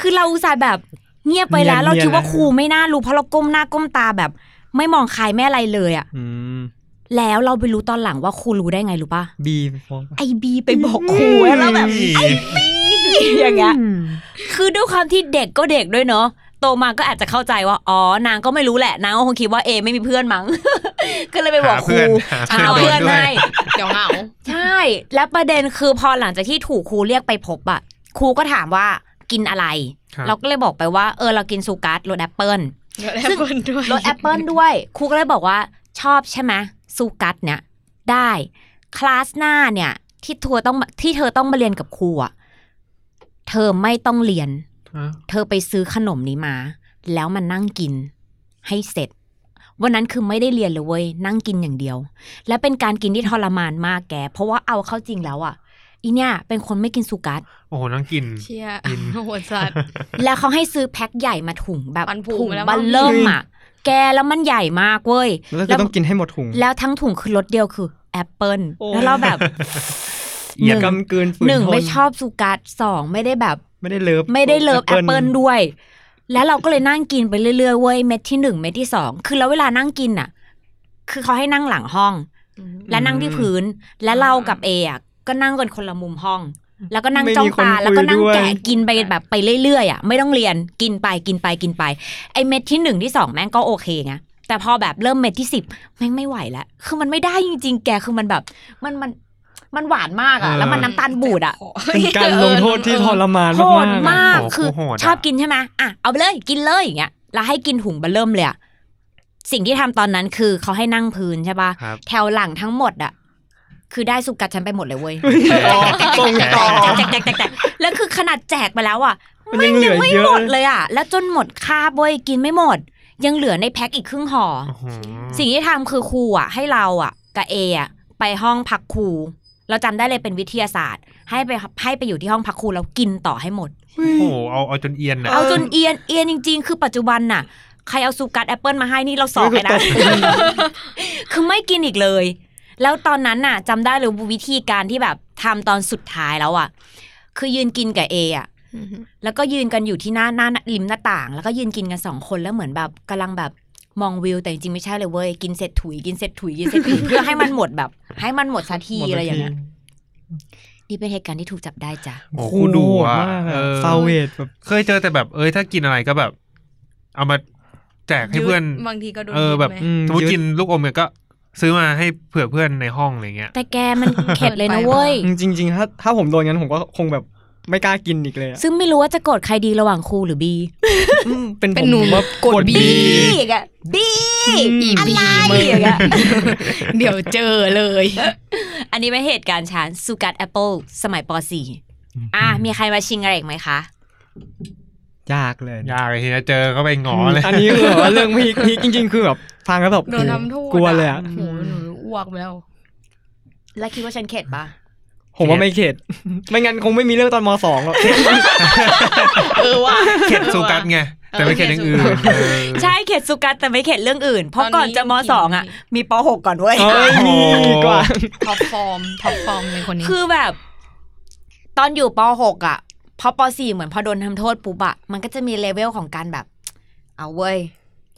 [SPEAKER 3] คือเราอุตส่าห์แบบเงียบไปแล้ว
[SPEAKER 6] เนียนๆ
[SPEAKER 3] เราคิดว่า
[SPEAKER 6] นะ
[SPEAKER 3] ครูไม่น่ารู้เพราะเราก้มหน้าก้มตาแบบ ไม่มองใครไม่อะไรเลยอ่ะ
[SPEAKER 6] อืม
[SPEAKER 3] แล้วเราไปรู้ตอนหลังว่าครูรู้ได้ไงรู้ปะ
[SPEAKER 6] บีฟอง
[SPEAKER 3] ไอบีไปบอกครูแล้วเราแบบ อย่างเงี้ย คือด้วยความที่เด็กก็เด็กด้วยเนาะ โตมาก็อาจจะเข้าใจว่า อ๋อ นางก็ไม่รู้แหละ นางก็คงคิดว่าเอไม่มีเพื่อนมั้ง ก็เลยไปบอก
[SPEAKER 5] หา
[SPEAKER 3] ครู
[SPEAKER 5] เพื่อนหาเพื่อน
[SPEAKER 3] เอาเพื่อน
[SPEAKER 5] โดนด้วย
[SPEAKER 3] ให้
[SPEAKER 4] เดี๋ยวเหงา
[SPEAKER 3] ใช่ แล้วประเด็นคือพอหลังจากที่ถูกครูเรียกไปพบอะครูก็ถามว่ากินอะไร
[SPEAKER 5] ครับ
[SPEAKER 3] เราก็เลยบอกไปว่า เออ เรากินซูการ์ดรสแอปเปิล
[SPEAKER 4] รถแอปเปิลด้วย
[SPEAKER 3] รสแอปเปิลด้วยครูก็เลยบอกว่าชอบใช่ไหมซูกัสเนี่ยได้คลาสหน้าเนี่ย ที่ทัวต้องที่เธอต้องมาเรียนกับครูอ่ะเธอไม่ต้องเรียน
[SPEAKER 5] ฮะ
[SPEAKER 3] เธอไปซื้อขนมนี้มา แล้วมันนั่งกินให้เสร็จ วันนั้นคือไม่ได้เรียนเลยเว้ยนั่งกินอย่างเดียว และเป็นการกินที่ทรมานมากแก เพราะว่าเอาเข้าจริงแล้วอ่ะอีเนี่ยเป็นคนไม่กินซูกัส
[SPEAKER 5] โอ้โหนั่งกิน
[SPEAKER 4] เชีย
[SPEAKER 5] อิน
[SPEAKER 4] หัวสัตว์
[SPEAKER 3] แล้วเขาให้ซื้อแพ็คใหญ่มาถุงแบบ
[SPEAKER 4] ปันผง
[SPEAKER 3] ถุง
[SPEAKER 4] แล้วมั้ง
[SPEAKER 3] บันเริ่มอ่ะแกแล้วมันใหญ่มากเว้ย
[SPEAKER 6] แล้วคือต้องกินให้หมดถุง
[SPEAKER 3] แล้วทั้งถุงคือรสเดียวคือแอปเปิล
[SPEAKER 6] โอ้
[SPEAKER 3] แล้วเรา แบบ
[SPEAKER 5] เหยียด
[SPEAKER 6] กำกืนฝืน
[SPEAKER 3] หนึ่ง
[SPEAKER 6] ท
[SPEAKER 3] ไม่ชอบสุกัดสองไม่ได้แบบ
[SPEAKER 6] ไม่ได้เลิฟ
[SPEAKER 3] ไม่ได้เลิฟแอปเปิลด้วย แล้วเราก็เลยนั่งกินไปเรื่อยๆเว้ยเม็ดที่หนึ่งเม็ดที่สองคือแล้วเวลานั่งกินอ่ะ คือเขาให้นั่งหลังห้อง และนั่งที่พื้น และเรากับเออ่ะก็นั่งกันคนละมุมห้อง แล้วก็นั่งจ้องตาแล้วก็นั่งแกะกินไปแบบไปเรื่อยๆอ่ะไม่ต้องเรียนกินไปกินไปกินไปไอเม็ดที่หนึ่งที่สองแม่งก็โอเคไงแต่พอแบบเริ่มเม็ดที่สิบแม่งไม่ไหวแล้วคือมันไม่ได้จริง ๆ แกคือมันแบบ มันมันมันหวานมากอ่ะ แล้วมันน้ำตาลบูดอ่ะ
[SPEAKER 6] เป็นการลงโทษที่ทรมาน
[SPEAKER 3] โห
[SPEAKER 6] มาก
[SPEAKER 3] ด
[SPEAKER 6] ๆ
[SPEAKER 3] มาก
[SPEAKER 5] โอ้โห
[SPEAKER 3] คือ
[SPEAKER 5] โหดอะ
[SPEAKER 3] ชอบกินใช่ไหมอ่ะเอาไปเลยกินเลยอย่างเงี้ยแล้วให้กินถุงเบะเริ่มเลยอะสิ่งที่ทำตอนนั้นคือเขาให้นั่งพื้นใช่ปะ
[SPEAKER 5] ครับ
[SPEAKER 3] แถวหลังทั้งหมดอะคือได้สุกัดฉันไปหมดเลยเว้ย
[SPEAKER 6] อ๋อส่งต่อ
[SPEAKER 3] แจกแจกแจกแจกแจกแจกแล้วคือขนาดแจกไปแล้วอะ
[SPEAKER 6] มันยังเหลือ
[SPEAKER 3] ไม่
[SPEAKER 6] เย
[SPEAKER 3] หม
[SPEAKER 6] อะ
[SPEAKER 3] ดเลยอะแล้วจนหมดคาบเว้ยกินไม่หมด ยังเหลือในแพ็คอีกครึ่งห่ออ
[SPEAKER 5] โอ้โห
[SPEAKER 3] สิ่งที่ทำคือครูอ่ะให้เราอ่ะกับเออ่ะไปห้องพักครู เราจำได้เลยเป็นวิทยาศาสตร์ ให้ไปให้ไปอยู่ที่ห้องพักครูแล้วกินต่อให้หมด
[SPEAKER 5] โอ้โห เอาเอาจนเอียนนะ
[SPEAKER 3] เอาจนเอียนเอียนจริง ๆ คือปัจจุบันน่ะ ใครเอาซูการ์ดแอปเปิลมาให้นี่เราสอบไปนะ คือไม่กินอีกเลย แล้วตอนนั้นน่ะจำได้เลยวิธีการที่แบบทำตอนสุดท้ายแล้วอ่ะ คือยืนกินกับเออ่ะ แล้วก็ยืนกันอยู่ที่หน้าหน้าริมหน้าต่าง แล้วก็ยืนกินกันสองคนแล้วเหมือนแบบกำลังแบบมองวิวแต่จริงๆไม่ใช่เลยเว้ยกินเสร็จถุยกินเสร็จถุยกินเสร็จถุย เพื่อให้มันหมดแบบ ให้มันหมดสักที
[SPEAKER 6] หมด
[SPEAKER 3] อะไร
[SPEAKER 6] ล
[SPEAKER 3] อย่างเงี้ยนี่เป็นเหตุการณ์ที่ถูกจับได้จ้ะ
[SPEAKER 5] โอ้โห
[SPEAKER 6] คู่
[SPEAKER 5] ดู
[SPEAKER 6] ดู
[SPEAKER 5] อ่ะ
[SPEAKER 6] มาก
[SPEAKER 5] เอ
[SPEAKER 6] อะ
[SPEAKER 5] อ
[SPEAKER 6] ซาเวดแบบ
[SPEAKER 5] เคยเจอแต่แบบ เอ้ย ถ้ากินอะไรก็แบบ เอามาแจกให้เพื่อน
[SPEAKER 4] บางทีก็โดน
[SPEAKER 5] เออแบบ
[SPEAKER 4] ยึดไหม
[SPEAKER 6] อืม
[SPEAKER 5] สมมติกินลูกอมเนี่ยก็ ซื้อมาให้เผื่อเพื่อนในห้องอะไรเงี้ย
[SPEAKER 3] แต่แกมัน เข็ดเลยนะเว้ย
[SPEAKER 6] จริงจริง ๆ ถ้าถ้าผมโดนงั้นผมก็คงแบบไม่กล้ากินอีกเลยอะ
[SPEAKER 3] ซึ่งไม่รู้ว่าจะโกรธใครดีระหว่างครูหรือบี
[SPEAKER 6] อืมเป็น
[SPEAKER 4] เป็นหนู
[SPEAKER 6] ผมว่า
[SPEAKER 4] โกรธบี
[SPEAKER 6] บี
[SPEAKER 3] อีกอะบี
[SPEAKER 4] อีบี
[SPEAKER 3] อะไรอีกอะ
[SPEAKER 4] เดี๋ยวเจอเลย
[SPEAKER 3] อันนี้เป็นเหตุการณ์ฉันสุกัดแอปเปิลสมัยป .4 อ่ะมีใครมาชิงอะไรอีกไหมคะ
[SPEAKER 6] ยากเลย
[SPEAKER 5] ยากเลยทีนะเจอเขาไปหงอเลย
[SPEAKER 6] อันนี้คือแบบว่าเรื่องพีคพีคจริง ๆ คือแบบฟังแล้วแบบ
[SPEAKER 4] โดนทำโทษ
[SPEAKER 6] กลัวเลยอะ
[SPEAKER 4] โอ้โหหนูอ้วกไปแล้ว
[SPEAKER 3] แล้วคิดว่าฉันเข็ดปะ
[SPEAKER 6] ผมว่าไม่เข็ด ไม่งั้นคงไม่มีเรื่องตอนมสองหรอก
[SPEAKER 4] เออว่ะ
[SPEAKER 5] เข็ดสุกัดไง แต่ไม่เข็ดอย่างอื่นเออ
[SPEAKER 3] ใช่เขตสุกัดแต่ไม่เขตเรื่องอื่น เพราะก่อนจะม
[SPEAKER 4] ตอนนี้
[SPEAKER 3] สองอ่ะ มีปหกก่อนเว้ย
[SPEAKER 6] เอ้ยมีกว่า
[SPEAKER 4] ท็อปฟอร์มท็อปฟอร์มในคนนี้
[SPEAKER 3] คือแบบ ตอนอยู่ป .6 อ่ะพอป .4 เหมือนพอโดนทำโทษปุ๊บอะมันก็จะมีเลเวลของการแบบ เอาเว้ย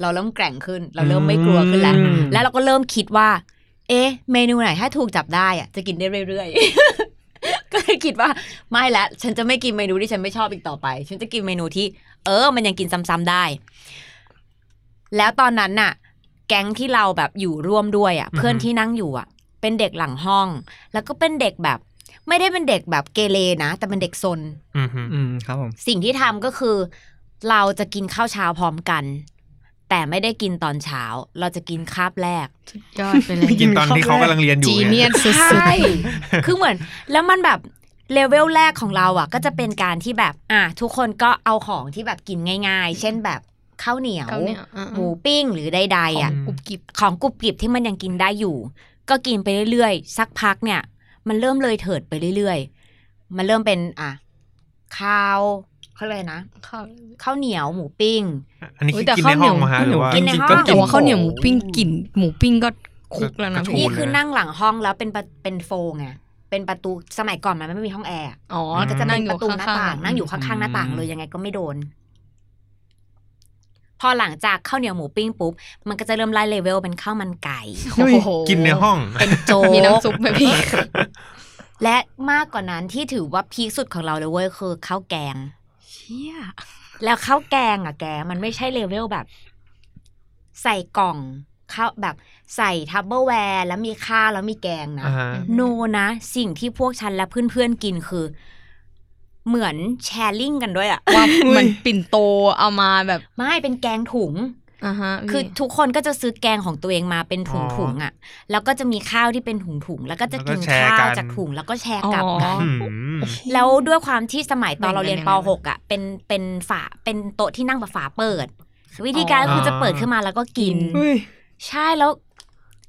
[SPEAKER 3] เราเริ่มแกร่งขึ้น เราเริ่มไม่กลัวขึ้นแล้ว
[SPEAKER 6] อืม
[SPEAKER 3] แล้วเราก็เริ่มคิดว่า เอ๊ะ เมนูไหนถ้าถูกจับได้อะจะกินได้เรื่อยๆ ก็เลยคิดว่าไม่ละฉันจะไม่กินเมนูที่ฉันไม่ชอบอีกต่อไป ฉันจะกินเมนูที่ เออ มันยังกินซ้ำๆได้ แล้วตอนนั้นน่ะ แก๊งที่เราแบบอยู่ร่วมด้วยอ่ะ เพื่อนที่นั่งอยู่อ่ะ เป็นเด็กหลังห้อง แล้วก็เป็นเด็กแบบ ไม่ได้เป็นเด็กแบบเกเรนะ แต่เป็นเด็กซน
[SPEAKER 5] อือหือ
[SPEAKER 6] อืมครับผม
[SPEAKER 3] สิ่งที่ทำก็คือ เราจะกินข้าวเช้าพร้อมกัน แต่ไม่ได้กินตอนเช้า เราจะกินคาบแรก
[SPEAKER 4] ยอดไปเลย
[SPEAKER 5] กินตอนที่เขากำลังเรียนอยู่
[SPEAKER 4] จีเนี
[SPEAKER 5] เนี่ย ย
[SPEAKER 4] สสุด
[SPEAKER 3] ใช่ คือเหมือน แล้วมันแบบเลเวลแรกของเราอ่ะ ก็จะเป็นการที่แบบ อ่ะทุกคนก็เอาของที่แบบกินง่าย ๆ เช่นแบบข้าวเหนียว
[SPEAKER 4] ๆเขาเนี่ยอ่ะ
[SPEAKER 3] หมูปิ้งหรือใ
[SPEAKER 4] ข
[SPEAKER 3] ดๆ
[SPEAKER 4] อง
[SPEAKER 3] อ่ะ
[SPEAKER 4] กรุบกริบ
[SPEAKER 3] ของกรุบกริบที่มันยังกินได้อยู่ ก็กินไปเรื่อยๆ สักพักเนี่ย มันเริ่มเลยเถิดไปเรื่อยๆ มันเริ่มเป็นอ่ะข้าวเขาเลยกอะไรนะ
[SPEAKER 4] ข้าว
[SPEAKER 3] ข้าวเหนียวหมูปิ้ง
[SPEAKER 5] อันนี้
[SPEAKER 4] อุ๊
[SPEAKER 5] คื
[SPEAKER 4] ย
[SPEAKER 5] อ
[SPEAKER 4] แต่
[SPEAKER 5] กินในห้อง
[SPEAKER 4] ข้าวเหนียว
[SPEAKER 5] มาฮะหรือว่า
[SPEAKER 3] กินในห้อง
[SPEAKER 4] แต่ว่าข้าวเหนียวหมูปิ้ง
[SPEAKER 3] โอ้โห
[SPEAKER 4] กลิ่นหมูปิ้งก็คุกแล้วนะ
[SPEAKER 5] ก็ โอ้โห
[SPEAKER 4] พี่
[SPEAKER 3] นี่คือนั่งหลังห้องแล้วเป็นประเป็นโฟงไงเป็นประตูสมัยก่อนมันไม่มีห้องแอร์
[SPEAKER 4] อ๋อ
[SPEAKER 5] มั
[SPEAKER 4] ก็
[SPEAKER 3] ก็
[SPEAKER 4] จะ
[SPEAKER 3] จะ
[SPEAKER 4] นั่
[SPEAKER 3] นั่
[SPEAKER 4] ง
[SPEAKER 3] ง
[SPEAKER 4] อ
[SPEAKER 3] ป
[SPEAKER 4] ยู่
[SPEAKER 3] ระตูหน้า
[SPEAKER 4] ข้
[SPEAKER 3] ต่าง นั่งอยู่ข้างๆหน้าต่างเลยยังไงก็ไม่โดน พอหลังจากข้าวเหนียวหมูปิ้งปุ๊บมันก็จะเริ่มไล่เลเวลเป็นข้าวมันไก่
[SPEAKER 4] โอ้โห
[SPEAKER 5] กินในห้อง
[SPEAKER 3] เป็นโจก
[SPEAKER 4] มีน้ำซุปไหมพี่
[SPEAKER 3] และมากกว่านั้นที่ถือว่าพีคสุดของเราเลยเว้ยคือข้าวแกง
[SPEAKER 4] เชี่ย
[SPEAKER 3] แล้วข้าวแกงอ่ะแกมันไม่ใช่เลเวลแบบ ใส่กล่องข้าวแบบใส่ทับเบิลแวร์แล้วมีข้าวแล้วมีแกงนะ
[SPEAKER 5] อ่าฮะ
[SPEAKER 3] โนนะ สิ่งที่พวกฉันและเพื่อนๆกินคือ เหมือนแชร์ลิงกันด้วยอะ
[SPEAKER 4] ว่ามันปิ่นโตเอามาแบบ
[SPEAKER 3] ไม่เป็นแกงถุง
[SPEAKER 4] อ่าฮะพี่
[SPEAKER 3] คือทุกคนก็จะซื้อแกงของตัวเองมาเป็นถุง
[SPEAKER 5] อ๋
[SPEAKER 3] ถุ
[SPEAKER 5] อง
[SPEAKER 3] อ่ะ แล้วก็จะมีข้าวที่เป็นถุงถุงๆแล้วก็จะกิน
[SPEAKER 5] แล้วก็แชร์กั
[SPEAKER 3] ข้าวน จากถุงแล้วก็แชร์กลับกัน
[SPEAKER 5] อืม
[SPEAKER 3] แล้วด้วยความที่สมัยตอนเราเรียนป .6 อ่ะ เป็นเป็นฝาเป็นโต๊ะที่นั่งแบบฝาเปิด วิธีการก็คือจะเปิดขึ้นมาแล้วก็กิน
[SPEAKER 6] เฮ้ย
[SPEAKER 3] ใช่แล้ว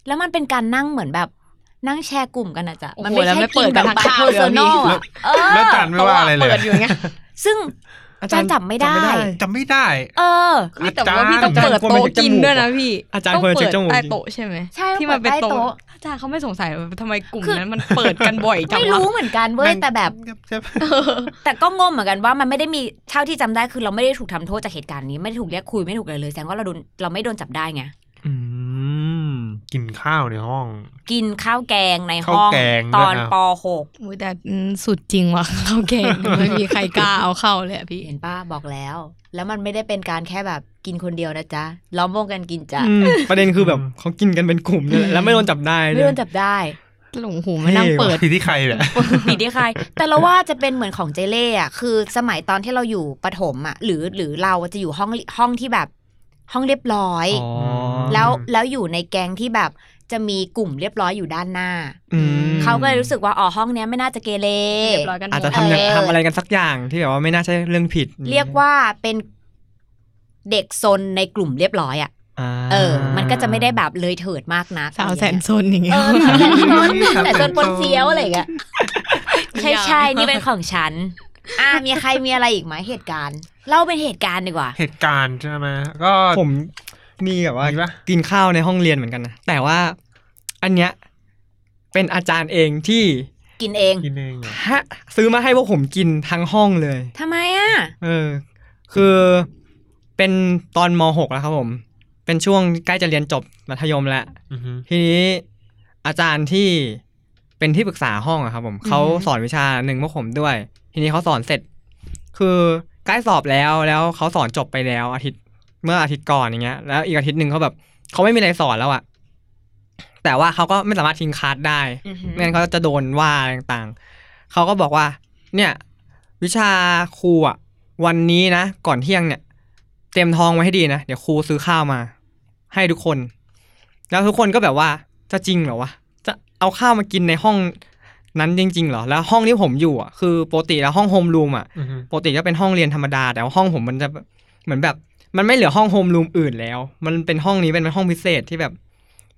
[SPEAKER 3] แล้วมันเป็นการนั่งเหมือนแบบนั่งแชร์กลุ่มกันนะจ๊ะ
[SPEAKER 4] โอ้โห
[SPEAKER 3] มันไม่
[SPEAKER 4] แล้ว
[SPEAKER 3] ใช่
[SPEAKER 4] ไม่
[SPEAKER 3] กิ
[SPEAKER 4] เปิ
[SPEAKER 3] น
[SPEAKER 4] ด
[SPEAKER 3] แบ
[SPEAKER 4] แบบ บ
[SPEAKER 3] แบบ
[SPEAKER 4] ข้าว
[SPEAKER 3] เพอร์
[SPEAKER 4] เลย
[SPEAKER 3] ซัน
[SPEAKER 4] พี่
[SPEAKER 3] อลอ่ะเออ
[SPEAKER 5] แล้วจานไม่ว่าอะไรเลย
[SPEAKER 4] เปิดอยู่ไง
[SPEAKER 3] ซึ่งอาจารย์จับไม่ได้
[SPEAKER 5] จำไม่ได้
[SPEAKER 3] เออ
[SPEAKER 5] อา
[SPEAKER 4] แต่
[SPEAKER 5] จาร
[SPEAKER 4] ว่า
[SPEAKER 5] ย์
[SPEAKER 4] พี่ต้องเปิดโต๊ะกินด้วยนะพี่
[SPEAKER 6] อาจารย์
[SPEAKER 4] ต้อง
[SPEAKER 6] เปิด
[SPEAKER 4] เปิ
[SPEAKER 6] เช็
[SPEAKER 4] ด
[SPEAKER 6] คจมูก
[SPEAKER 4] ใต้
[SPEAKER 6] ดิ
[SPEAKER 4] โต๊ะใช่ไหม
[SPEAKER 3] ใช่
[SPEAKER 4] ที่มันเป็นโต๊ะ
[SPEAKER 3] เปิดใต้โต๊ะ
[SPEAKER 4] อาจารย์เขาไม่สงสัยเหรอทำไมกลุ่มนั้นมันเปิดกันบ่อยจัง
[SPEAKER 3] ไม่
[SPEAKER 4] วะ
[SPEAKER 3] รู้เหมือนกันเว้ยแต่แบบ แต่ก็งงเหมือนกันว่ามันไม่ได้มีเท่าที่จำได้คือเราไม่ได้ถูกทำโทษจากเหตุการณ์นี้ไม่ได้ถูกเรียกคุยไม่ถูกอะไรเลยแสดงว่าเราโดนเราไม่โดนจับได้ไง
[SPEAKER 6] อืม
[SPEAKER 5] กินข้าวในห้อง
[SPEAKER 3] กินข้าวแกงใน
[SPEAKER 5] ข้าว
[SPEAKER 3] ห้อง
[SPEAKER 5] แกง
[SPEAKER 3] ตอน
[SPEAKER 5] ด้วยอ่ะ
[SPEAKER 3] ป
[SPEAKER 4] อุ๊ยแต่อืมสุดจริงว่ะ เข้าเก่งไม่มีใครกล้าเอาเข้าเลยอะพี่
[SPEAKER 3] .6 เห็นป้าบอกแล้ว แล้วมันไม่ได้เป็นการแค่แบบกินคนเดียวนะจ๊ะล้อมวงกันกินจ้ะ
[SPEAKER 6] อืมประเด็นคือแบบเขากินกันเป็นกลุ่มเนี่ยแหละแล้วไม่โดนจับได้
[SPEAKER 3] ไม่
[SPEAKER 6] ด้
[SPEAKER 3] โด
[SPEAKER 6] วย
[SPEAKER 3] นจับได้
[SPEAKER 4] หลงหูมานั่งเปิด
[SPEAKER 5] ที่ที่ใครแหละ
[SPEAKER 3] ปีที่ใคร แต่เราว่าจะเป็นเหมือนของเจเล่อะคือสมัยตอนที่เราอยู่ประถมอะหรือหรือเราอะจะอยู่ห้องห้องที่แบบห้องเรียบร้อย
[SPEAKER 6] อ๋อ
[SPEAKER 3] แล้วแล้วอยู่ในแก๊งที่แบบจะมีกลุ่มเรียบร้อยอยู่ด้านหน้า
[SPEAKER 6] อืม
[SPEAKER 3] เขาก็เลยรู้สึกว่าอ๋อห้องเนี้ยไม่น่าจะเกเร
[SPEAKER 4] เรียบร้อยกันหม
[SPEAKER 6] อาจ
[SPEAKER 4] ด
[SPEAKER 6] จะทำอย่าง
[SPEAKER 3] เออ
[SPEAKER 6] ทำอะไรกันสักอย่างที่แบบว่าไม่น่าใช่เรื่องผิด
[SPEAKER 3] เรียกว่าเป็นเด็กซนในกลุ่มเรียบร้อยอะ
[SPEAKER 6] อ่า
[SPEAKER 3] เออ มันก็จะไม่ได้แบบเลยเถิดมากนะ
[SPEAKER 4] สาวแสนซนอย่างเงี้
[SPEAKER 3] เอย อสาวแสนซน
[SPEAKER 5] สาวแสนซน
[SPEAKER 3] แสนซนปนเซียวอะไรอย่างเงี้ยใช่ใช่นี่เป็นของฉัน อ่ามีใครมีอะไรอีกไหมเหตุการณ์ เล่าเป็นเหตุการณ์ดีกว่า
[SPEAKER 5] เหตุการณ์ใช่ไหมก็
[SPEAKER 6] ผมมีแบบว่า
[SPEAKER 5] มีปะ
[SPEAKER 6] กินข้าวในห้องเรียนเหมือนกันนะแต่ว่าอันเนี้ยเป็นอาจารย์เองที่
[SPEAKER 3] กินเอง
[SPEAKER 5] กินเองเหรอ
[SPEAKER 6] ฮะซื้อมาให้พวกผมกินทั้งห้องเลย
[SPEAKER 3] ทำไมอ่ะ
[SPEAKER 6] เออ คือเป็นตอนมหกแล้วครับผม เป็นช่วงใกล้จะเรียนจบมัธยมแล้ว
[SPEAKER 5] อือฮึ
[SPEAKER 6] ทีนี้อาจารย์ที่เป็นที่ปรึกษาห้องอะครับผมเขาสอนวิชาหนึ่งพวกผมด้วย ทีนี้เขาสอนเสร็จ คือใกล้สอบแล้วแล้วเขาสอนจบไปแล้ว อาทิตย์เมื่ออาทิตย์ก่อนอย่างเงี้ย แล้วอีกอาทิตย์หนึ่งเขาแบบเขาไม่มีอะไรสอนแล้วอะแต่ว่าเขาก็ไม่สามารถทิ้งคลาสได้ ไม่งั้นเขาจะโดนว่าอะไรต่างๆ เขาก็บอกว่า เนี่ย วิชาครูอ่ะ วันนี้นะ ก่อนเที่ยงเนี่ย เตรียมทองไว้ให้ดีนะ เดี๋ยวครูซื้อข้าวมา ให้ทุกคน แล้วทุกคนก็แบบว่าจะจริงเหรอวะ จะเอาข้าวมากินในห้องนั้นจริงๆเหรอ แล้วห้องที่ผมอยู่อ่ะ คือปกติแล้วห้องโฮมรูมอ่ะ
[SPEAKER 5] อือฮึ
[SPEAKER 6] ปกติก็เป็นห้องเรียนธรรมดา แต่ว่าห้องผมมันจะแบบเหมือนแบบ มันไม่เหลือห้องโฮมรูมอื่นแล้ว มันเป็นห้องนี้เป็นห้องพิเศษที่แบบ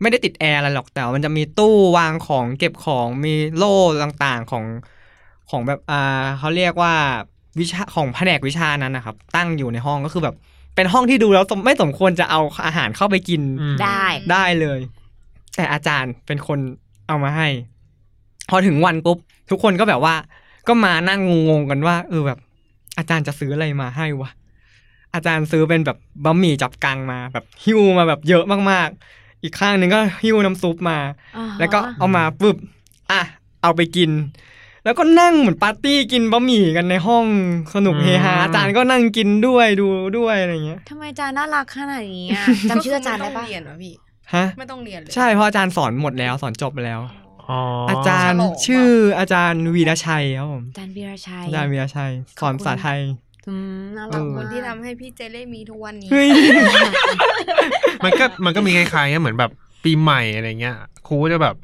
[SPEAKER 6] ไม่ได้ติดแอร์อะไรหรอกแต่ว่ามันจะมีตู้วางของเก็บของมีโล่ต่างๆของของแบบอ่าเขาเรียกว่าวิชาของแผนกวิชานั้นนะครับ ตั้งอยู่ในห้องก็คือแบบเป็นห้องที่ดูแล้วสมไม่สมควรจะเอาอาหารเข้าไปกิน
[SPEAKER 5] อืม
[SPEAKER 3] ได้
[SPEAKER 6] ได้เลย แต่อาจารย์เป็นคนเอามาให้ พอถึงวันปุ๊บ ทุกคนก็แบบว่า ก็มานั่งงงๆกันว่า เออแบบ อาจารย์จะซื้ออะไรมาให้วะอาจารย์ซื้อเป็นแบบบะหมี่จับกังมา แบบหิ้วมาแบบเยอะมากๆ อีกข้างหนึ่งก็หิ้วน้ำซุปมา แล้วก็เอามาปุ๊บอ่ะเอาไปกิน แล้วก็นั่งเหมือนปาร์ตี้กินบะหมี่กันในห้องสนุกเฮฮา
[SPEAKER 5] อืม
[SPEAKER 6] อาจารย์ก็นั่งกินด้วยดูด้วยอะไรอย่างเงี้ย
[SPEAKER 3] ทำไมอาจารย์น่ารักขนาดนี้อะ จำชื่ออาจารย์ได้
[SPEAKER 4] ก็คื
[SPEAKER 3] ปะ
[SPEAKER 4] ม่ต้องเรียนวะพี่
[SPEAKER 6] ฮะ
[SPEAKER 4] ไม่ต้องเรียนเลย
[SPEAKER 6] ใช่เพราะอาจารย์สอนหมดแล้วสอนจบไปแล้ว
[SPEAKER 5] อ๋อ
[SPEAKER 6] อา
[SPEAKER 5] อา
[SPEAKER 6] จารย์
[SPEAKER 4] ฉลองอะ
[SPEAKER 6] ชื่ออาจารย์วีระชัยครับผม
[SPEAKER 3] อาจารย์วีรชัย
[SPEAKER 6] อาจารย์วีระชัย สอนภาษาไทย
[SPEAKER 3] อืมน่า
[SPEAKER 6] เอ
[SPEAKER 3] รัก
[SPEAKER 6] อ
[SPEAKER 3] มาก
[SPEAKER 4] คนที่ทำให้พี่เจเล่มีทุกวันนี้
[SPEAKER 6] เฮ้ย
[SPEAKER 5] มันก็มันก็มีคล้ายๆเหมือนแบบปีใหม่อะไรเงี้ยครูก็จะแบบ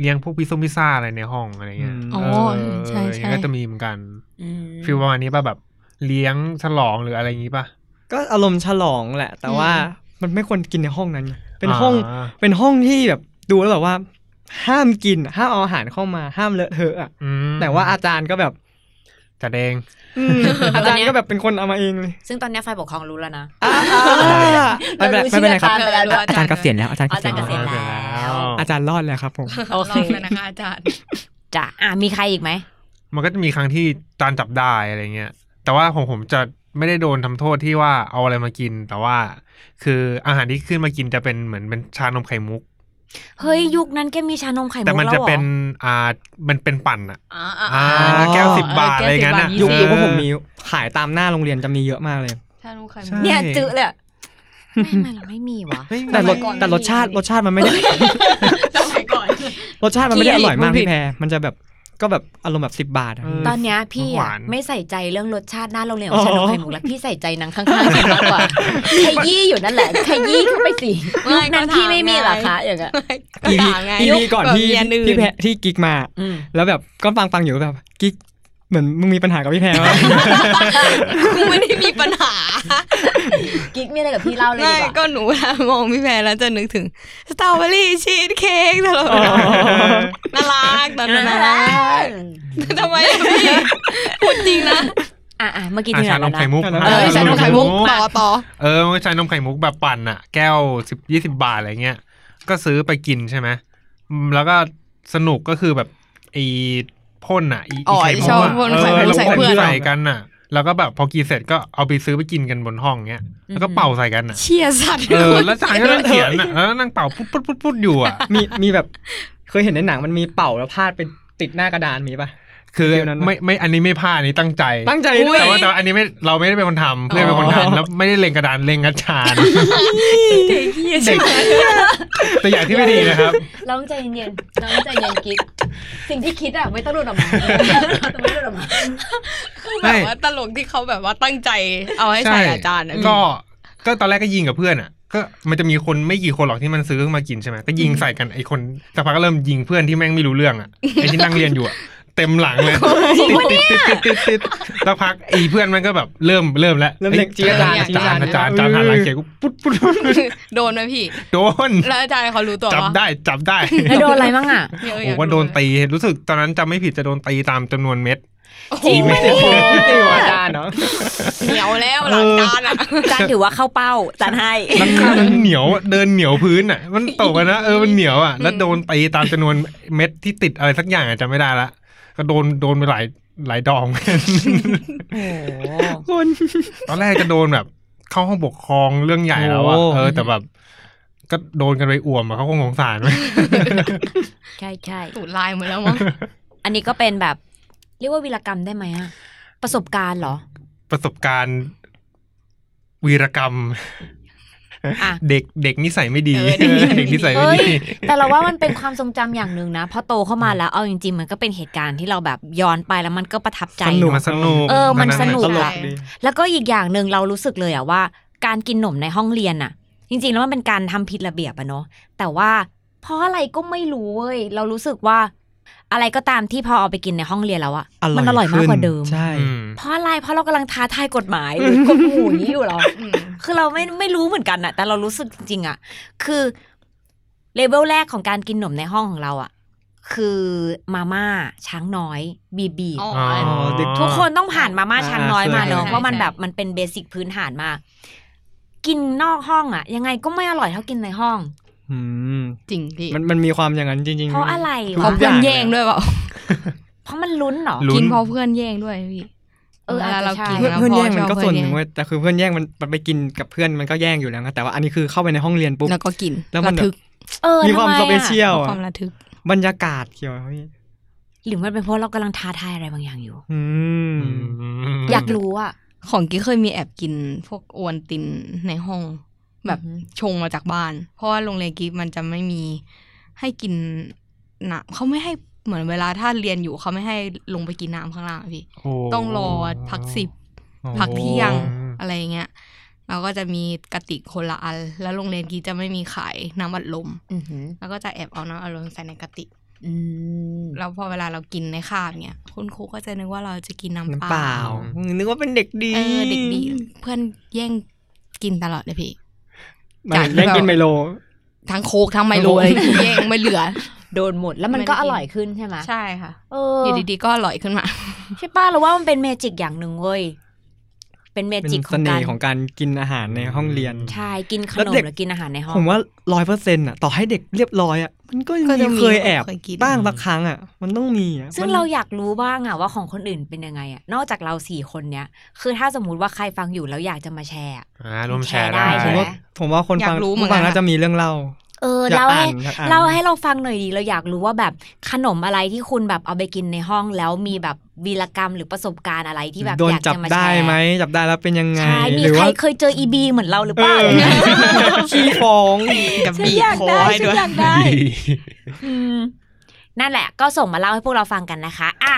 [SPEAKER 5] เลี้ยงพวกพิซซ่งพิซซ่าอะไรในห้องอะไรเงี้ย
[SPEAKER 6] อืม
[SPEAKER 5] เ
[SPEAKER 4] อ๋อใช่ใช่
[SPEAKER 5] อย่างเงี้ยก็จะมีเหมือนกัน
[SPEAKER 3] อืม
[SPEAKER 5] ฟีลประมาณนี้ป่ะแบบเลี้ยงฉลองหรืออะไรอย่างงี้ป่ะ
[SPEAKER 6] ก็อารมณ์ฉลองแหละ แต่ว่ามันไม่ควรกินในห้องนั้นไงเป็นห้อง
[SPEAKER 5] อ่า
[SPEAKER 6] เป็นห้องที่แบบดูแล้วแบบว่า ห้ามกินห้ามเอาอาหารเข้ามาห้ามเลอะเทอะอะ
[SPEAKER 5] อืม
[SPEAKER 6] แต่ว่าอาจารย์ก็แบบ
[SPEAKER 5] จัดเอง
[SPEAKER 6] อืมอาจารย์ก็แบบเป็นคนเอามาเองเลย
[SPEAKER 3] ซึ่งตอนเนี้ยฝ่ายปกครองรู้แล้วนะ
[SPEAKER 6] อ่าไม่เป็นไรไม่เป็นไรครับ
[SPEAKER 3] เารู้ชื่ออาจารย์ไปแล้วด้วย
[SPEAKER 6] อาจารย์เกษียณแล้วอาจารย์เก
[SPEAKER 3] อา
[SPEAKER 6] ษี
[SPEAKER 3] จาย ร
[SPEAKER 6] ณ
[SPEAKER 3] ย์เก
[SPEAKER 6] แล้ว
[SPEAKER 3] ษียณแล้ว
[SPEAKER 6] อาจารย์รอดแล้วครับผม
[SPEAKER 4] ลองกันนะคะอาจารย์
[SPEAKER 3] จ้ะอ่ะมีใครอีกไหม
[SPEAKER 5] มันก็จะมีครั้งที่จานจับได้อะไรเงี้ย แต่ว่าของผมจะไม่ได้โดนทำโทษที่ว่าเอาอะไรมากิน แต่ว่า คืออาหารที่ขึ้นมากินจะเป็นเหมือนเป็นชานมไข่มุก
[SPEAKER 3] เฮ้ย ยุคนั้นแกมีชานมไข่มุก
[SPEAKER 5] แต่
[SPEAKER 3] แล้ว
[SPEAKER 5] มัน
[SPEAKER 3] เหรอ
[SPEAKER 5] จะเป็นอ่ามันเป็นปั่นอะ
[SPEAKER 4] อ่าอ่า
[SPEAKER 5] อ่า
[SPEAKER 6] อ๋อ
[SPEAKER 5] แก้วสิบบาทอะไรเงี้ยนะ
[SPEAKER 6] ยุค
[SPEAKER 5] เออ
[SPEAKER 6] ยุคพวกผมมีขายตามหน้าโรงเรียนจะมีเยอะมากเลย
[SPEAKER 4] ชาลูกไข่
[SPEAKER 5] ใช่
[SPEAKER 4] มุก
[SPEAKER 3] เนี่ยจื้อเลยอะไม่ไม่เราไม่มีวะ
[SPEAKER 5] เฮ้ย
[SPEAKER 6] แต่รส
[SPEAKER 4] สมัยก่อน
[SPEAKER 6] แต่รสชาติ
[SPEAKER 4] ไม่มี
[SPEAKER 6] รสชาติมันไม่ได้
[SPEAKER 4] สมัยก่อน
[SPEAKER 6] รสชาติมันไม่ได้อร่อยมาก
[SPEAKER 3] ขี้หลีก
[SPEAKER 6] พี่แพรมันจะแบบก็แบบอารมณ์แบบสิบาทอะ
[SPEAKER 5] เออ
[SPEAKER 3] ตอนเนี้ยพี่
[SPEAKER 5] ห
[SPEAKER 3] อะ
[SPEAKER 5] วาน
[SPEAKER 3] ไม่ใส่ใจเรื่องรสชาติหน้าโรงเรียนข
[SPEAKER 6] อ๋
[SPEAKER 3] อง
[SPEAKER 6] อ
[SPEAKER 3] ชานมไข่มุกแล้วพี่ใส่ใจนางข้างๆฉันมาก กว่าขยี้อยู่นั่นแหละขยี้เข้าไปสิ
[SPEAKER 4] ไม่
[SPEAKER 3] ยุคนั้น
[SPEAKER 4] ก็ถาม
[SPEAKER 3] พี่ไม่มีเหรอ
[SPEAKER 4] ไง
[SPEAKER 3] คะอย่างเงี้ย
[SPEAKER 6] อีพี
[SPEAKER 4] ต่างไง
[SPEAKER 6] อีพีก่อนที่
[SPEAKER 4] แบบเรียนอื่น
[SPEAKER 6] พี่แพรที่กิ๊กมา
[SPEAKER 3] อืม
[SPEAKER 6] แล้วแบบก็ฟังฟังอยู่แบบกิ๊กเหมือนมึงมีปัญหากับพี่แพรวะ
[SPEAKER 4] กูไม่ได้มีปัญหา
[SPEAKER 3] กิ๊กมีอะไรกับพี่เล่าเลย
[SPEAKER 4] ไม่
[SPEAKER 3] ดีก
[SPEAKER 4] ก็
[SPEAKER 3] ว่า
[SPEAKER 4] หนูเวลามองพี่แพรแล้วจะนึกถึงสตรอเบอรี่ชีสเค้กตลอดเวลาน่ารักตอนนั้นน่ารักทำไมอะพี่พูดจริงนะ
[SPEAKER 3] อ่ะอ่ะเมื่อกี้
[SPEAKER 5] อ่ะ
[SPEAKER 3] ที่ไห
[SPEAKER 5] ชานน
[SPEAKER 3] แล้
[SPEAKER 5] ม
[SPEAKER 3] วนะ
[SPEAKER 5] ไข่มุก
[SPEAKER 6] เออชานมไข่มุก
[SPEAKER 4] ต่อต่อ
[SPEAKER 5] เออมันก็ชานมไข่มุกแบบปั่นอะแก้วสิบยี่สิบาทอะไรเงี้ย ก็ซื้อไปกินใช่ไหมอืมแล้วก็สนุกก็คือแบบไอ้พ่นอะไอ้
[SPEAKER 4] อ๋อ
[SPEAKER 5] ไข่
[SPEAKER 4] ไอ้ชอบพ่นไข่มุก
[SPEAKER 5] แล้ว
[SPEAKER 4] ใส่เพื่อน
[SPEAKER 5] ใส่กันอะแล้วก็แบบพอกินเสร็จก็เอาไปซื้อไปกินกันบนห้องเงี้ย แล้วก็เป่าใส่กันอะ
[SPEAKER 4] เชียสัตว์
[SPEAKER 5] เออแล้วจานก็นั่งเขียนอะแล้วนั่งเป่าปุ๊บปุ๊บปุ๊บปุ๊บอยู่อะ
[SPEAKER 6] มีมีแบบเคยเห็นในหนังมันมีเป่าแล้วพาดไปติดหน้ากระดานมีปะ
[SPEAKER 5] คือ
[SPEAKER 6] ฟิลนั้นปะ
[SPEAKER 5] ไม่ไม่อันนี้ไม่พลาดอันนี้ตั้งใจ
[SPEAKER 6] ตั้งใจด้วย
[SPEAKER 5] แต่ว่าแต่ว่าอันนี้ไม่เราไม่ได้เป็นคนทำเพื่อนเป็นคน
[SPEAKER 6] อ๋อ
[SPEAKER 5] ทำแล้วไม่ได้เล็งกระดานเล็งอาจารย์
[SPEAKER 4] เด็กเฮียใช่ไหม
[SPEAKER 5] แต่อย่างที่ไม่ดีนะครับ
[SPEAKER 3] น้องใจเย็นๆน้องใจเย็นกิ๊ก สิ่งที่คิดอะไม่ต้องรุนออก มาไม่ต้องรุนออกมา
[SPEAKER 4] คือแบบว่าตลกที่เขาแบบว่าตั้งใจเอาให้ใส่อาจารย์อะพี่
[SPEAKER 5] ก็ก็ตอนแรกก็ยิงกับเพื่อนอ่ะ ก็มันจะมีคนไม่กี่คนหรอกที่มันซื้อมากินใช่ไหมก็ยิงใส่กันไอ้คนสักพักก็เริ่มยิงเพื่อนที่แม่งไม่รู้เรื่องอ่ะไอ้ที่นั่งเรียนอยู่อ่ะเต็มหลังเลยติดติดติดติดติดติดสักพักไอ้เพื่อนมันก็แบบเริ่มเริ่มแล้ว
[SPEAKER 6] เริ่มเล็ง
[SPEAKER 5] ฮ้ย
[SPEAKER 6] อาจารย์
[SPEAKER 5] อาจารย์อาจา
[SPEAKER 6] อาจาร
[SPEAKER 5] รย์อาจาร
[SPEAKER 6] ย์
[SPEAKER 5] ย์หันหลังเขียนกูปุ๊บปุ๊บปุ๊บ
[SPEAKER 4] โดนไหมพี่
[SPEAKER 5] โดน
[SPEAKER 4] แล้วอาจารย์เขารู้ตัว
[SPEAKER 5] จับ
[SPEAKER 4] ปะ
[SPEAKER 5] ได้จับได้
[SPEAKER 3] แล้วโดนอะไรบ้างอะ
[SPEAKER 4] เนี่ยเย
[SPEAKER 5] โอ้
[SPEAKER 4] อยารู้
[SPEAKER 5] ก็โดนตีรู้สึกตอนนั้นจำไม่ผิดจะโดนตีตามจำนวนเม็ด
[SPEAKER 4] โอ้โห
[SPEAKER 6] จริงไหมเนี่ยจริงเหรออาจารย์เนาะ
[SPEAKER 4] เหนียวแล้วหลังจานอ่ะ
[SPEAKER 3] จานถือว่าเข้าเป้าจานให้
[SPEAKER 5] แล้วข้าวมันเหนียวอะเดินเหนียวพื้นอ่ะ มันตกอะนะเออมันเหนียวอ่ะแล้วโดนตีตามจำนวนเม็ดที่ติดอะไรสักอย่างอะจำไม่ได้ละก็โดนโดนไปหลายหลายดอง
[SPEAKER 3] โอ้โห
[SPEAKER 6] คน
[SPEAKER 5] ตอนแรกจะโดนแบบ เข้าห้องปกครองเรื่องใหญ่แล้วอ่ะเออแต่แบบ ก็โดนกันไปอ่วมอะเขาคงสงสาร ไหม
[SPEAKER 3] ใช่ใช่
[SPEAKER 4] ตูดลายหมดแล้วมั้ง
[SPEAKER 3] อันนี้ก็เป็นแบบ เรียกว่าวีรกรรมได้ไหมอะประสบการณ์เหรอ
[SPEAKER 5] ประสบการณ์วีรกรรม
[SPEAKER 3] อ่ะ
[SPEAKER 5] เด็กเด็กนิสัยไม่ดี
[SPEAKER 4] เออเด็กนิสัยไม่ดี
[SPEAKER 5] เด็กนิสัยไม่
[SPEAKER 3] เฮ้ย
[SPEAKER 5] ดี
[SPEAKER 3] แต่เราว่ามันเป็นความทรงจำอย่างหนึ่งนะ พอโตเข้ามาแล้ว เอาจริงๆ มันก็เป็นเหตุการณ์ที่เราแบบย้อนไปแล้วมันก็ประทับใจ
[SPEAKER 6] สนุก
[SPEAKER 5] มันสนุก
[SPEAKER 3] เออมันสนุก
[SPEAKER 6] ตล
[SPEAKER 3] อะ
[SPEAKER 6] กดี
[SPEAKER 3] แล้วก็อีกอย่างหนึ่งเรารู้สึกเลยอะว่า การกินหนมในห้องเรียนอะจริงๆ แล้วมันเป็นการทำผิดระเบียบอะเนาะแต่ว่าเพราะอะไรก็ไม่รู้เว้ยเรารู้สึกว่า อะไรก็ตามที่พอเอาไปกินในห้องเรียนแล้วอะมัอร่อยมากกว่าเดิม
[SPEAKER 6] ใช่
[SPEAKER 5] อืม
[SPEAKER 3] เพราะอะไรเพราะเรากำลังท้าทายกฎหมายหรือกฎหมู่อย่างนี้อยู่เหรอ
[SPEAKER 4] อืม
[SPEAKER 3] คือเราไม่ไม่รู้เหมือนกันอะแต่เรารู้สึกจริงๆอะคือ เลเวลแรกของการกินหนมในห้องของเราอ่ะ คือมาม่าช้างน้อยบีบี
[SPEAKER 4] อ๋อ
[SPEAKER 6] เด็ก
[SPEAKER 3] ทุกคนต้องผ่านมาม่า
[SPEAKER 6] อ่า
[SPEAKER 3] ช้างน้อย
[SPEAKER 6] เคย
[SPEAKER 3] มาเนอะ
[SPEAKER 4] ใช่
[SPEAKER 3] เพราะมัน
[SPEAKER 4] ใช่
[SPEAKER 3] แบบมันเป็นเบสิกพื้นฐานมาก กินนอกห้องอ่ะ ยังไงก็ไม่อร่อยเท่ากินในห้อง
[SPEAKER 6] อืม
[SPEAKER 4] จริงพี่
[SPEAKER 6] มันมันมีความอย่างนั้นจริงๆ
[SPEAKER 3] เพราะอะไร
[SPEAKER 6] ทุก
[SPEAKER 4] เพราะ
[SPEAKER 3] วะ
[SPEAKER 4] เพื่อน
[SPEAKER 6] อา
[SPEAKER 4] แย่งด้วยเปล่า
[SPEAKER 3] เพราะมันลุ้นเหรอ
[SPEAKER 5] ลุ้
[SPEAKER 4] กิ
[SPEAKER 5] น
[SPEAKER 4] นเพราะเพื่อนแย่งด้วยพี่
[SPEAKER 3] เอออาจจะใช่
[SPEAKER 4] วล
[SPEAKER 6] เพื่อน
[SPEAKER 4] รา
[SPEAKER 6] เพื่
[SPEAKER 4] กิ
[SPEAKER 6] อนแย่งมันก็
[SPEAKER 4] เพราะ
[SPEAKER 6] ส่วนห
[SPEAKER 4] ชอบ
[SPEAKER 6] นึ่ง
[SPEAKER 4] เพื่อ
[SPEAKER 6] เว้ยแต่คือเพื่อนแย่งมันมันไปกินกับเพื่อนมันก็แย่งอยู่แล้วไงแต่ว่าอันนี้คือเข้าไปในห้องเรียนปุ๊บ
[SPEAKER 4] แย่งแล้วก็กิน
[SPEAKER 6] แล้วมัน
[SPEAKER 4] ระทึก
[SPEAKER 3] เออ
[SPEAKER 6] มีความ
[SPEAKER 3] ทำไอะ
[SPEAKER 6] สเปเชียลอะ
[SPEAKER 4] ความระทึก
[SPEAKER 6] บรรยากาศเกี่ยวกับพี่
[SPEAKER 3] หรือมันเป็นเพราะเรากำลังท้าทายอะไรบางอย่างอยู่
[SPEAKER 6] อืม
[SPEAKER 5] ม
[SPEAKER 3] อยากรู้อ่ะ
[SPEAKER 4] ของกิ๊กเคยมีแอบกินพวกอวนตินในห้อง แบบ
[SPEAKER 3] อือหือ
[SPEAKER 4] ชงมาจากบ้าน เพราะว่าโรงเรียนกิ๊กมันจะไม่มีให้กินน้ำเขาไม่ให้เหมือนเวลาถ้าเรียนอยู่เขาไม่ให้ลงไปกินน้ำข้างล่างอะพี่
[SPEAKER 5] โอ้
[SPEAKER 4] ต้องรอพักสิบ
[SPEAKER 5] โอ้
[SPEAKER 4] พักเที่ยงอะไรอย่างเงี้ยเราก็จะมีกระติกคนละอัน แล้วโรงเรียนกีจะไม่มีขายน้ำอัดลม แล้วก็จะแอบเอาน้ำอัดลมใส่ในกระติก
[SPEAKER 3] อืม
[SPEAKER 4] แล้วพอเวลาเรากินในคาบเนี้ยคุณครูก็จะนึกว่าเราจะกินน้ำ
[SPEAKER 6] น้ำ
[SPEAKER 4] เป
[SPEAKER 6] เป
[SPEAKER 4] ล่า
[SPEAKER 6] ล่า นึกว่าเป็นเด็กดี
[SPEAKER 4] เออเด็กดีเพื่อนแย่งกินตลอดเลยพี่
[SPEAKER 6] มันแย่งกินไมโล
[SPEAKER 4] ทั้งโคกทั้งไมโล
[SPEAKER 6] โอ้
[SPEAKER 4] อะ
[SPEAKER 6] โห
[SPEAKER 4] ไรแย่งไม่เหลือ
[SPEAKER 3] โดนหมดแล้วมัน
[SPEAKER 4] ไม่ได้
[SPEAKER 3] ก็
[SPEAKER 4] กิน
[SPEAKER 3] อร่อยขึ้นใช่ไหม
[SPEAKER 4] ใช่ค่ะ
[SPEAKER 3] เออ
[SPEAKER 4] อ
[SPEAKER 3] อยู่
[SPEAKER 4] ดีๆก็อร่อยขึ้นมา
[SPEAKER 3] ใช่ป้าเราว่ามันเป็นเมจิกอย่างหนึ่งเว้ย เป็นเม
[SPEAKER 6] เป็น
[SPEAKER 3] จิกข
[SPEAKER 6] เส
[SPEAKER 3] องกา
[SPEAKER 6] น่
[SPEAKER 3] ร
[SPEAKER 6] ห์ของการกินอาหารในห้องเรียน
[SPEAKER 3] ใช่กินข
[SPEAKER 6] แล้ว
[SPEAKER 3] นม
[SPEAKER 6] เด็ก
[SPEAKER 3] หรือกินอาหารในห้อง
[SPEAKER 6] ผมว่าร้อยเปอร์เซ็นต์อ่ะ ต่อให้เด็กเรียบร้อยอ่ะ มันก็ยัง
[SPEAKER 4] ก็จะ
[SPEAKER 6] มี
[SPEAKER 4] มี
[SPEAKER 6] เคยแอบ
[SPEAKER 4] เคยกิน
[SPEAKER 6] บ้างสักครั้งอ่ะ มันต้องมีอ่ะ
[SPEAKER 3] ซึ่ง
[SPEAKER 6] มัน
[SPEAKER 3] เราอยากรู้บ้างอะว่าของคนอื่นเป็นยังไงอะนอกจากเราสี่คนเนี้ยคือถ้าสมมติว่าใครฟังอยู่แล้วอยากจะมาแชร์อะ
[SPEAKER 5] อ่ารวมแชร์
[SPEAKER 3] แชร์ได้
[SPEAKER 5] ได้
[SPEAKER 3] ใช่
[SPEAKER 6] ผม
[SPEAKER 3] ไห
[SPEAKER 6] ว่าผมว่าคน
[SPEAKER 4] อยาก
[SPEAKER 6] ฟัง
[SPEAKER 4] รู้เหมือน
[SPEAKER 6] ผู้ฟัง
[SPEAKER 4] กัน
[SPEAKER 6] น่าจะมีเรื่องเล่า
[SPEAKER 3] เออ
[SPEAKER 6] อยาก
[SPEAKER 3] เล่า
[SPEAKER 6] อ่า
[SPEAKER 3] ให้
[SPEAKER 6] นอยกอ่น
[SPEAKER 3] เล่าให้เราฟังหน่อยดี เราอยากรู้ว่าแบบขนมอะไรที่คุณแบบเอาไปกินในห้องแล้วมีแบบวีรกรรมหรือประสบการณ์อะไรที่แบบ
[SPEAKER 6] โดน
[SPEAKER 3] อยาก
[SPEAKER 6] จับ
[SPEAKER 3] จะมา
[SPEAKER 6] ได้
[SPEAKER 3] แชร์
[SPEAKER 6] ไหมจับได้แล้วเป็นยังไง
[SPEAKER 3] ใช่มี
[SPEAKER 6] หรือ
[SPEAKER 3] ใคร
[SPEAKER 6] ว่า
[SPEAKER 3] เคยเจออีบีเหมือนเราหรือเป
[SPEAKER 6] เอ
[SPEAKER 3] ล่า
[SPEAKER 6] อ
[SPEAKER 3] อะไรเงี้ย
[SPEAKER 6] ขี้ฟ้อง
[SPEAKER 4] จะ
[SPEAKER 3] ฉัน
[SPEAKER 4] บีบ
[SPEAKER 3] อยาก
[SPEAKER 4] คอ
[SPEAKER 3] ได้
[SPEAKER 4] ให้
[SPEAKER 3] ฉั
[SPEAKER 4] ด้
[SPEAKER 3] น
[SPEAKER 4] วย
[SPEAKER 3] อยากได้อืมนั่นแหละ ก็ส่งมาเล่าให้พวกเราฟังกันนะคะ อ่ะ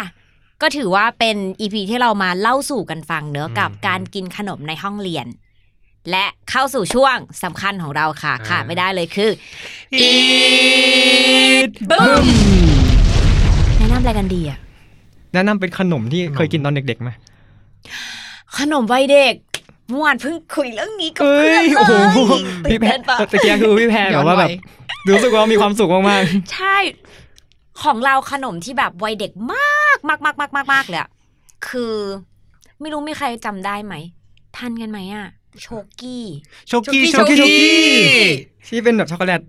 [SPEAKER 3] ก็ถือว่าเป็นอีพีที่เรามาเล่าสู่กันฟังเนอะกับการกินขนมในห้องเรียน และเข้าสู่ช่วงสำคัญของเราค่ะขาดไม่ได้เลยคือ
[SPEAKER 5] อีด
[SPEAKER 3] บึ้มแนะนำอะไรกันดีอะ
[SPEAKER 6] แนะนำเป็นขนมที่เคยกินตอนเด็กๆไหม
[SPEAKER 3] ขนมวัยเด็กเมื่อวานเพิ่งคุยเรื่องนี้กับ
[SPEAKER 6] เอ้
[SPEAKER 3] เพื่อน
[SPEAKER 6] ย
[SPEAKER 3] เลย
[SPEAKER 6] โอ้โห
[SPEAKER 3] ตื่
[SPEAKER 6] พี่
[SPEAKER 3] น
[SPEAKER 6] แพ
[SPEAKER 3] เต้
[SPEAKER 6] ท
[SPEAKER 3] นปะ
[SPEAKER 6] ตะเกียงคือพี่แพท
[SPEAKER 4] ย้
[SPEAKER 6] แบ
[SPEAKER 4] อน
[SPEAKER 6] บว่าแบบ
[SPEAKER 4] วัย
[SPEAKER 6] รู้สึกว่ามีความสุขมาก
[SPEAKER 3] ใช่ ของเราขนมที่แบบวัยเด็กมากมากมากมากมากมากเลยอะคือ ไม่รู้มีใครจำได้ไหมทันกันไหมอะโชกี้
[SPEAKER 5] โชกี้
[SPEAKER 4] โช
[SPEAKER 5] โช
[SPEAKER 4] กี้
[SPEAKER 5] กี้
[SPEAKER 4] โช
[SPEAKER 5] โช
[SPEAKER 4] กี้
[SPEAKER 5] กี้
[SPEAKER 6] ๆที่เป็นแบบช็อกโกแลต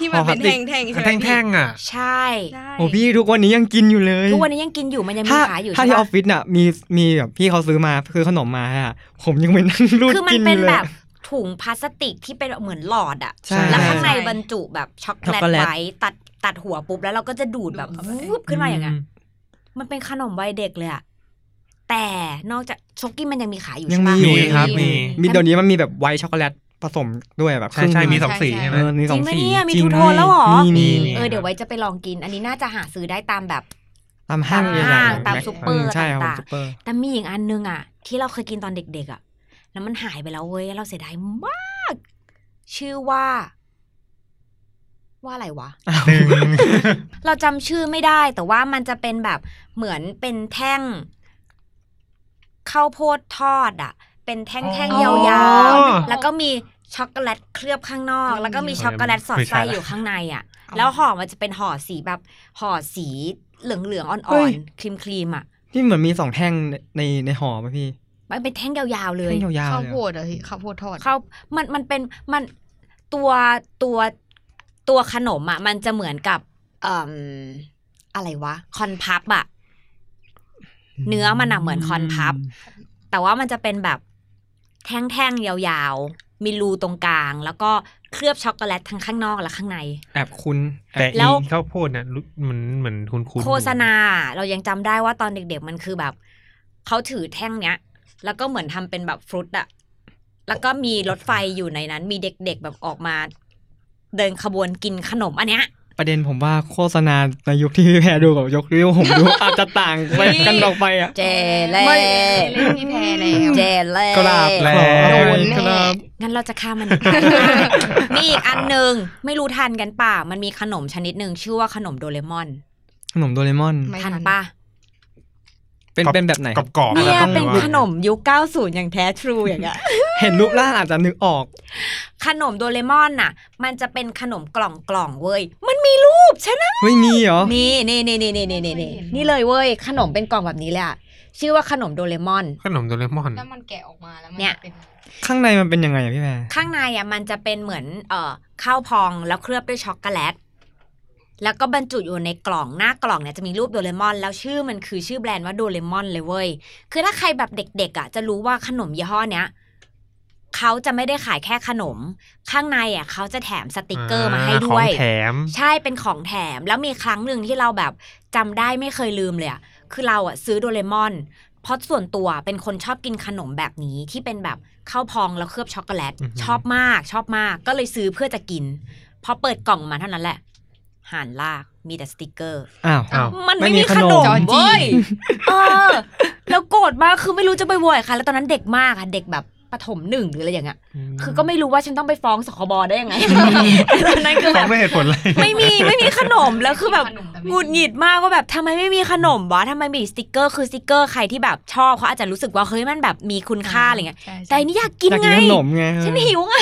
[SPEAKER 4] ที่มันเป็น
[SPEAKER 6] ห่อพลาสติก
[SPEAKER 4] แท่งๆใช่ไหม
[SPEAKER 5] แท่งๆอ่ะ
[SPEAKER 3] ใช่
[SPEAKER 4] ได้
[SPEAKER 6] โอ้พี่ทุกวันนี้ยังกินอยู่เลย
[SPEAKER 3] ทุกวันนี้ยังกินอยู่มันยังมี
[SPEAKER 6] ถ้า
[SPEAKER 3] ขายอยู่
[SPEAKER 6] ถ้า
[SPEAKER 3] ใช่
[SPEAKER 6] ที่ออ
[SPEAKER 3] ปะ
[SPEAKER 6] ฟฟิศน่ะมีมีแบบพี่เขาซื้อมาคือขนมมาอ่ะผมยังไปนั่งรูด
[SPEAKER 3] คือมัน
[SPEAKER 6] กิน
[SPEAKER 3] เป็น
[SPEAKER 6] เลย
[SPEAKER 3] แบบถุงพลาสติกที่เป็นเหมือนหลอดอะ
[SPEAKER 6] ใช่
[SPEAKER 3] แล้วข้างใน
[SPEAKER 4] ใช่
[SPEAKER 3] บรรจุแบบช็อกโกแล
[SPEAKER 6] ช็อ
[SPEAKER 3] ต
[SPEAKER 6] กโกแลต
[SPEAKER 3] ไว้ตัดตัดหัวปุ๊บแล้วเราก็จะดูดแบบวูบขึ้นมาอย่างเงี้ย มันเป็นขนมวัยเด็กเลยอะแต่นอกจากช็อกกี้มันยังมีขายอยู่
[SPEAKER 6] ยัง
[SPEAKER 3] ใช่ปะ
[SPEAKER 6] มีอยู่
[SPEAKER 5] มีครับมี
[SPEAKER 6] มีเดี๋ยวนี้มันมีแบบไวท์ช็อกโกแลตผสมด้วยแบบค
[SPEAKER 5] ใช่
[SPEAKER 6] รึ่ง
[SPEAKER 5] ใช่
[SPEAKER 6] หนึ่ง
[SPEAKER 5] มีสองสีใช่ไหม
[SPEAKER 6] เออมีสองสี
[SPEAKER 3] จริงปะเนี่ยมี
[SPEAKER 6] จริง
[SPEAKER 3] ทูโทนแล้วเหรอ
[SPEAKER 6] มีมี
[SPEAKER 5] มี
[SPEAKER 3] เออเดี๋ยวไว้จะไปลองกิน อันนี้น่าจะหาซื้อได้ตามแบบ
[SPEAKER 6] ตามห้าง
[SPEAKER 3] ตาม
[SPEAKER 6] ใหญ่
[SPEAKER 3] ห้าง
[SPEAKER 6] ๆ
[SPEAKER 3] ตาม
[SPEAKER 6] แกซ์
[SPEAKER 3] ซุปเปอร์
[SPEAKER 6] ใช่ครับ
[SPEAKER 3] ต่างๆ
[SPEAKER 6] ซุปเปอร์
[SPEAKER 3] แต่มีอีกอันนึงอะที่เราเคยกินตอนเด็กๆอะแล้วมันหายไปแล้วเว้ยเราเสียดายมาก ชื่อว่า ว่าอะไรวะ
[SPEAKER 5] หนึ่ง
[SPEAKER 3] เราจำชื่อไม่ได้ แต่ว่ามันจะเป็นแบบเหมือนเป็นแท่งข้าวโพดทอดอ่ะ เป็นแท่งแท่ง
[SPEAKER 5] อ๋อ
[SPEAKER 3] ยาวๆ แล้วก็มีช็อกโกแลตเคลือบข้างนอก แล้วก็มีช็อกโกแลตสอดไส้อยู่ข้างในอ่ะ แล้วห่อมันจะเป็นห่อสีแบบห่อสีเหลืองๆ
[SPEAKER 6] เฮ้
[SPEAKER 3] อ่อน
[SPEAKER 6] ย
[SPEAKER 3] ๆครีมครีมๆอ่ะ
[SPEAKER 6] ที่เหมือนมีสองแท่งในในห่อป่ะพี่
[SPEAKER 3] มันเป็นแท่งยาวๆเลย
[SPEAKER 6] แท่งยาว
[SPEAKER 4] ข้าว
[SPEAKER 6] ๆเลย
[SPEAKER 4] โพดเหรอะพี่ข้าวโพดทอด
[SPEAKER 3] เขามัน มันเป็น มัน ตัวตัวตัวขนมอ่ะ มันจะเหมือนกับ เอ่มอะไรวะ คอนพับอ่ะ เนื้อมันอะเหมือนคอนพับ แต่ว่ามันจะเป็นแบบแท่งๆ ยาวๆ มีรูตรงกลาง แล้วก็เคลือบช็อกโกแลตทั้งข้างนอกและข้างใน
[SPEAKER 6] แอบคุ้น
[SPEAKER 5] แต่
[SPEAKER 3] แล้
[SPEAKER 5] อี
[SPEAKER 3] ว
[SPEAKER 5] ข้าวโพดเนี่ยรู้เหมือนเหมือนคุณคุณ
[SPEAKER 3] โฆษณา เรายังจำได้ว่าตอนเด็กๆ มันคือแบบเขาถือแท่งเนี้ย แล้วก็เหมือนทำเป็นแบบฟรุตอะแล้วก็มีรถไฟอยู่ในนั้น มีเด็กๆ แบบออกมา เดินขบวนกินขนมอันเนี้ย
[SPEAKER 6] ประเด็นผมว่าโฆษณาในยุคที่พี่แพรดูกับยกริ้วผม ดู อาจจะต่างไปกันออกไปอ่ะ
[SPEAKER 3] เจเล่
[SPEAKER 4] ไม่เล่นพี่แพรแล้ว
[SPEAKER 3] เจเล่
[SPEAKER 6] กราบ
[SPEAKER 5] แล้ว
[SPEAKER 6] ขออภัย
[SPEAKER 4] แน่
[SPEAKER 6] กราบ
[SPEAKER 3] งั้นเราจะข้ามมันไป มีอีกอันหนึ่งไม่รู้ทันกันป่ะมันมีขนมชนิดหนึ่งชื่อว่าขนมโดเรมอน
[SPEAKER 6] ขนมโดเรมอน
[SPEAKER 4] ไม่
[SPEAKER 3] ทัน
[SPEAKER 4] ทัน
[SPEAKER 3] ป่ะ
[SPEAKER 6] เป็น
[SPEAKER 5] กรอบ
[SPEAKER 6] เป็นแบบไหน
[SPEAKER 5] กรอบกรอบ
[SPEAKER 3] เนี่ย
[SPEAKER 5] ต้อง
[SPEAKER 3] เป็น
[SPEAKER 5] รู้ว่า
[SPEAKER 3] ขนมยุค 90 อย่างแท้ทรูอย่างเงี้ย
[SPEAKER 6] เห็นรูปร่างอาจจะนึกออก
[SPEAKER 3] ขนมโดเรมอนน่ะ มันจะเป็นขนมกล่องกล่องๆเว้ย มันมีรูปฉันนะ
[SPEAKER 6] เฮ้ยมีเหรอ
[SPEAKER 3] นี่นี่นี่นี่นี่นี่นี่นี่นี่เลยเว้ย ขนมเป็นกล่องแบบนี้เลยอะชื่อว่าขนมโดเรมอน
[SPEAKER 5] ขนมโดเรมอน
[SPEAKER 4] แล้วมันแกะออกมาแล้วมัน
[SPEAKER 3] เนี่ย
[SPEAKER 4] จะเป็น
[SPEAKER 6] ข้างในมันเป็นยังไงอะพี่แพร
[SPEAKER 3] ข้างในอ่ะมันจะเป็นเหมือนเอ่อข้าวพองแล้วเคลือบด้วยช็อกโกแลต แล้วก็บรรจุอยู่ในกล่องหน้ากล่องเนี่ยจะมีรูปโดเรมอน แล้วชื่อมันคือชื่อแบรนด์ว่าโดเรมอนเลยเว้ย คือถ้าใครแบบเด็กๆอ่ะจะรู้ว่าขนมยี่ห้อเนี้ยเขาจะไม่ได้ขายแค่ขนม ข้างในอ่ะเขาจะแถมสติกเกอร์มาให้ด้วย
[SPEAKER 5] ของแถม
[SPEAKER 3] ใช่เป็นของแถมแล้วมีครั้งหนึ่งที่เราแบบจำได้ไม่เคยลืมเลยอะคือเราอะซื้อโดเรมอน เพราะส่วนตัวเป็นคนชอบกินขนมแบบนี้ที่เป็นแบบข้าวพองแล้วเคลือบช็อกโกแลต
[SPEAKER 5] อือหือ
[SPEAKER 3] ชอบมากชอบมากก็เลยซื้อเพื่อจะกิน พอเปิดกล่องมาเท่านั้นแหละหันลากมีแต่สติกเกอร์
[SPEAKER 6] อ้าว
[SPEAKER 5] อ้าว
[SPEAKER 3] มัน
[SPEAKER 6] ไม่
[SPEAKER 3] ไม่
[SPEAKER 6] มี
[SPEAKER 3] มีขน
[SPEAKER 6] ขน
[SPEAKER 3] ม
[SPEAKER 6] ม
[SPEAKER 3] เว้ยเออแล้วโกรธมากคือไม่รู้จะไปโวยใค่ะ แล้วตอนนั้นเด็กมากอะเด็กแบบประถมหนึ่งหรืออะไรอย่างเงี้ยคือก็ไม่รู้ว่าฉันต้องไปฟ้องสคบได้ยังไง ตอนนั้นคือ
[SPEAKER 5] ฟั
[SPEAKER 3] แบ
[SPEAKER 5] ง
[SPEAKER 3] บ
[SPEAKER 5] ไม่เหตุผลเลย
[SPEAKER 3] ไม่มีไม่มีขนมแล้วคือแบบ
[SPEAKER 4] ขนมต่ไม่
[SPEAKER 3] หงุดหงิดมากว่าแบบทำไมไม่มีขนมวะทำไมมีสติกเกอร์คือสติกเกอร์ใครที่แบบชอบเขาอาจจะรู้สึกว่าเฮ้ยมันแบบมีคุณค่าอะไรเงี้ย
[SPEAKER 4] ใช่
[SPEAKER 3] แต่อันนี่อยากกิน
[SPEAKER 6] อยากกิ
[SPEAKER 3] ไง
[SPEAKER 6] นขนมไงเออ
[SPEAKER 3] ฉันหิวไง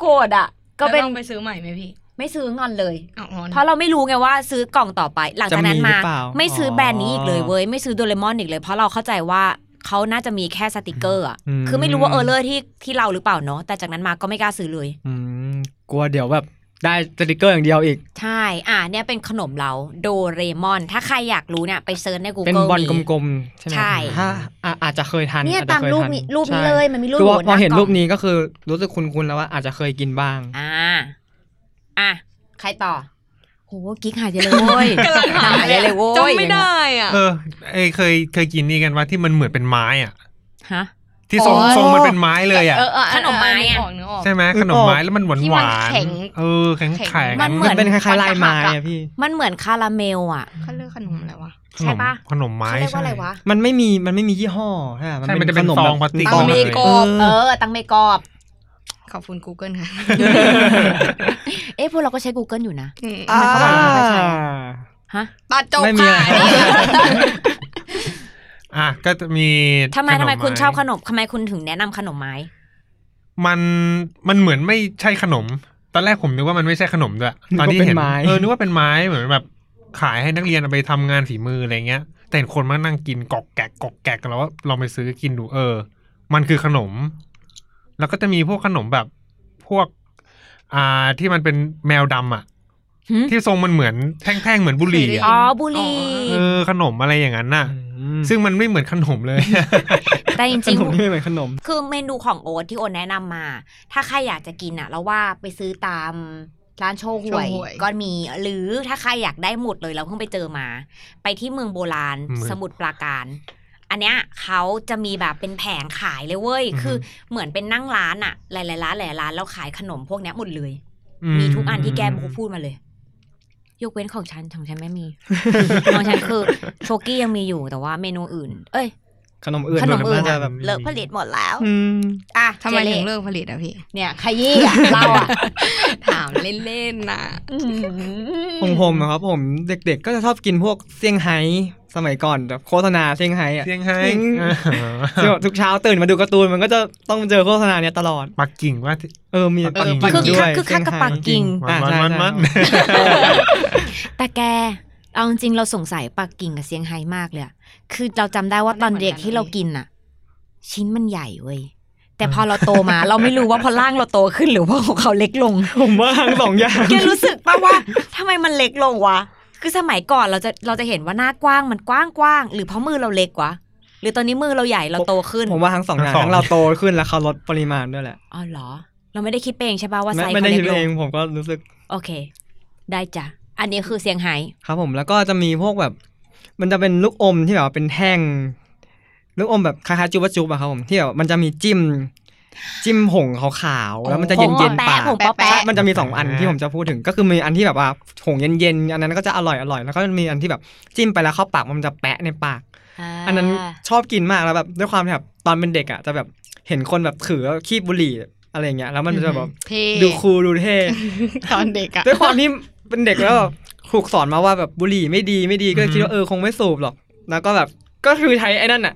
[SPEAKER 3] โกรธอ่ะ ก็
[SPEAKER 4] ก็
[SPEAKER 3] เป็
[SPEAKER 4] เป็น นไปซื้อใหม่ไหมพี่
[SPEAKER 3] ไม่ซื้องอนเลย
[SPEAKER 4] อ๋อ
[SPEAKER 3] เพราะเราไม่รู้ไงว่าซื้อกล่องต่อไป หลังจากนั้น
[SPEAKER 6] จะห
[SPEAKER 3] มา
[SPEAKER 6] รือเปล่
[SPEAKER 3] ไม่ซื้อแบรนด์นี้อีกเลยเว้ยไม่ซื้อโดเรมอนอีกเลย เพราะเราเข้าใจว่าเขาน่าจะมีแค่สติกเกอร์อ่ะ
[SPEAKER 6] ม
[SPEAKER 3] คือไม่รู้ว่าเออเลอร์ที่ที่เราหรือเปล่าเนาะแต่จากนั้นมาก็ไม่กล้าซื้อเลย
[SPEAKER 6] อืมกลัวเดี๋ยวแบบได้สติกเกอร์อย่างเดียวอีก
[SPEAKER 3] ใช่ อ่า เนี่ยเป็นขนมเราโดเรมอน ถ้าใครอยากรู้เนี่ยไปเซิร์ชใน Google
[SPEAKER 6] เป็นบอล
[SPEAKER 3] มี
[SPEAKER 6] กลมๆใช่ไหม
[SPEAKER 3] ใช่
[SPEAKER 6] ถ้าอ่ะอาจจะเคยทาน
[SPEAKER 3] เนี่ย
[SPEAKER 6] อจจะ
[SPEAKER 3] ตาม
[SPEAKER 6] คย
[SPEAKER 3] รูป
[SPEAKER 6] ทั
[SPEAKER 3] นี้รูปนี้
[SPEAKER 6] ใช่
[SPEAKER 3] เลยมันมีรูป
[SPEAKER 6] คือว่า
[SPEAKER 3] ยู่
[SPEAKER 6] พอเห็นรูป
[SPEAKER 3] ก
[SPEAKER 6] นี้ก็คือรู้สึกคุ้นๆแล้วว่าอาจจะเคยกินบ้าง
[SPEAKER 3] ล่องอ่า อ่ะ ใครต่อ โห กิ๊กหายไปเลยโว้ย
[SPEAKER 4] กำลังหา
[SPEAKER 3] หายไปเลยโว้ย
[SPEAKER 4] จำไม่ได้อ่ะ
[SPEAKER 5] เออเอยเคยเคยกินนี่กันว่าที่มันเหมือนเป็นไม้อ่ะ
[SPEAKER 3] ฮะ
[SPEAKER 5] ที่ทรง
[SPEAKER 4] อ๋อ
[SPEAKER 5] ทรงมันเป็นไม้เลยอ่ะ
[SPEAKER 4] เออเออ
[SPEAKER 3] ขนมไม้อะ
[SPEAKER 4] เนึกออกนึกออก
[SPEAKER 5] ใช่ไหมขนมไม้แล้วมันหวาน
[SPEAKER 4] ที่
[SPEAKER 5] ห
[SPEAKER 4] มัน
[SPEAKER 5] วาน
[SPEAKER 4] แข็ง
[SPEAKER 5] เออแข็ง
[SPEAKER 4] แข็ง
[SPEAKER 5] แข็ง
[SPEAKER 3] มันเหมื
[SPEAKER 6] มั
[SPEAKER 3] อน น
[SPEAKER 6] เป็นคล้ายๆลายไม้อะพี่
[SPEAKER 3] มันเหมือนคาราเมลอ่ะ
[SPEAKER 4] เขาเรียกขนมอะไรวะ
[SPEAKER 5] ขนม
[SPEAKER 3] ใช่ปะ
[SPEAKER 5] ขนมไม้
[SPEAKER 3] เขาเรียกว่าอะไร
[SPEAKER 5] ใช่
[SPEAKER 3] วะ
[SPEAKER 6] มันไม่มีมันไม่มียี่ห้อใช่ไหม
[SPEAKER 5] ใช่มันจะเป็น
[SPEAKER 6] ข
[SPEAKER 5] ซองพลาสติก
[SPEAKER 3] ตังเม
[SPEAKER 5] ลย
[SPEAKER 3] กอบ เออ ตังเมกอบ
[SPEAKER 4] ขอบคุณ Google ค่ะ
[SPEAKER 3] เอ๊ะพวกเราก็ใช้ Google อยู่นะ
[SPEAKER 4] อืม
[SPEAKER 6] อ่า
[SPEAKER 3] ฮะ
[SPEAKER 4] ตัดจบ
[SPEAKER 6] ไม่มี
[SPEAKER 4] ค่ะ
[SPEAKER 6] อะไร
[SPEAKER 5] อ่ะก็จะมี
[SPEAKER 3] ทำไมทำไม
[SPEAKER 5] น
[SPEAKER 3] คุณชอบขนมทำไมคุณถึงแนะนำขนมไม้
[SPEAKER 5] มันมันเหมือนไม่ใช่ขนม ตอนแรกผมนึกว่ามันไม่ใช่ขนมด้วยตอนที่เห็นเออนึกว่าเป็นไม้เหมือนแบบขายให้นักเรียนเอาไปทำงานฝีมืออะไรเงี้ย แต่เห็นคนมานั่งกินกอกแกกกอกแกกกันแล้วว่าลองไปซื้อกินดูเออ มันคือขนม แล้วก็จะมีพวกขนมแบบพวก อ่าที่มันเป็นแมวดำอ่ะ
[SPEAKER 3] หึ
[SPEAKER 5] ที่ทรงมันเหมือนแท่งๆเหมือนบุหรี่อะ
[SPEAKER 3] อ๋อ บุหรี
[SPEAKER 5] เออขนมอะไรอย่างนั้นน่ะ ซึ่งมันไม่เหมือนขนมเลย
[SPEAKER 3] แต่จ
[SPEAKER 6] ข
[SPEAKER 3] ริง
[SPEAKER 6] นม
[SPEAKER 3] ๆ
[SPEAKER 6] ไม่เหมือนขนม
[SPEAKER 3] คือเมนูของโอ๊ตที่โอ๊ตแนะนำมา ถ้าใครอยากจะกินอ่ะ เราว่าไปซื้อตามร้านโชห่วย
[SPEAKER 4] โชห่วย
[SPEAKER 3] ก็มีหรือถ้าใครอยากได้หมดเลยเราเพิ่งไปเจอมา ไปที่เมืองโบราณ
[SPEAKER 5] เมือง
[SPEAKER 3] สมุทรปราการ อันเนี้ยเขาจะมีแบบเป็นแผงขายเลยเว้ย
[SPEAKER 5] อือฮึ
[SPEAKER 3] คือเหมือนเป็นนั่งร้านอ่ะ หลายๆร้านหลายๆร้านแล้วขายขนมพวกเนี้ยหมดเลย มีทุกอันที่แกพูดมาเลย ยกเว้นของฉันของฉันไม่มี ของฉันคือโชกี้ยังมีอยู่แต่ว่าเมนูอื่น เอ้ย
[SPEAKER 6] ขนมอื่น
[SPEAKER 3] ขนมอื่น
[SPEAKER 6] าจะแบบ
[SPEAKER 3] เลิกผลิตหมดแล้ว
[SPEAKER 6] อืม
[SPEAKER 3] อ่ะ
[SPEAKER 4] ทำไมถึ
[SPEAKER 3] เจเล่
[SPEAKER 4] งเลิกผลิตอะพี่
[SPEAKER 3] เนี่ยขยี้อ่ะเราอ่ะ
[SPEAKER 4] ถามเล่นๆนะ
[SPEAKER 6] ผมผมๆนะครับผมเด็กๆ ก็จะชอบกินพวกเซี่ยงไฮ้สมัยก่อนแบบโฆษณาเซี่ยงไฮ้อะ
[SPEAKER 5] เซี่ยงไฮ้อ่า
[SPEAKER 6] ที่แบบทุกเช้าตื่นมาดูการ์ตูนมันก็จะต้องเจอโฆษณาเนี้ยตลอด
[SPEAKER 5] ปักกิ่งว่า
[SPEAKER 6] เออมี
[SPEAKER 5] ปักกิ่ง
[SPEAKER 6] ปัก
[SPEAKER 3] คือ
[SPEAKER 6] กิ่งด้วย
[SPEAKER 3] คือคักกับปักกิ่ง
[SPEAKER 5] มันมันมันมัน
[SPEAKER 3] แต่แกเอาจริงๆเราสงสัยปักกิ่งกับเซี่ยงไฮ้มากเลยอะคือเราจำได้ว่าตอนเด็กที่เรากินอะชิ้นมันใหญ่เว้ย แต่พอเราโตมา เราไม่รู้ว่าพอร่างเราโตขึ้นหรือว่าของเขาเล็กลง
[SPEAKER 6] ผมว่าทั้งสองอย่าง
[SPEAKER 3] แกรู้สึกป่ะว่า ทำไมมันเล็กลงวะ คือสมัยก่อนเราจะเราจะเห็นว่าหน้ากว้างมันกว้างกว้างๆหรือเพราะมือเราเล็กวะ หรือตอนนี้มือเราใหญ่เราโตขึ้น
[SPEAKER 6] ผมว่าทั้งสองอย่างทั้งเราโตขึ้นแล้วเขาลดปริมาณด้วยแหละ
[SPEAKER 3] อ๋อเหรอ เราไม่ได้คิดไปเองใช่ป่ะว่า
[SPEAKER 6] ไม่
[SPEAKER 3] ไซส์
[SPEAKER 6] ไม่
[SPEAKER 3] เขา
[SPEAKER 6] ได้
[SPEAKER 3] เล็
[SPEAKER 6] คิด
[SPEAKER 3] กล
[SPEAKER 6] เอง งผมก็รู้สึก
[SPEAKER 3] โอเค ได้จ้ะ อันนี้คือเซี่ยงไฮ้
[SPEAKER 6] ครับผมแล้วก็จะมีพวกแบบ มันจะเป็นลูกอมที่แบบว่าเป็นแท่งลูกอมแบบคล้ายๆจุ๊บะจุ๊บอะครับผมที่แบบมันจะมีจิ้ม จิ้มผงขาวๆแล้วมันจะเย็นๆปาก
[SPEAKER 3] ผงปอแปะ
[SPEAKER 6] ใช่มันจะมีสองอันที่ผมจะพูดถึงก็คือมีอันที่แบบว่าผงเย็นๆ อันนั้นก็จะอร่อยอร่อยแล้วก็มีอันที่แบบจิ้มไปแล้วเข้าปากมันจะแปะในปาก อันนั้นชอบกินมากแล้วแบบด้วยความที่แบบตอนเป็นเด็กอ่ะจะแบบเห็นคนแบบถือคีบบุหรี่อะไรอย่างเงี้ยแล้วมันจะแบบ
[SPEAKER 4] เท่
[SPEAKER 6] ดูคูลดูเท่
[SPEAKER 4] ตอนเด็กอะ
[SPEAKER 6] ด้วยความที่เป็นเด็กแล้วแบบถูกสอนมาว่าแบบบุหรี่ไม่ดีไม่ดีก็เลยคิดว่าเออคงไม่สูบหรอก แล้วก็แบบก็คือใช้ไอ้นั่นอ่ะ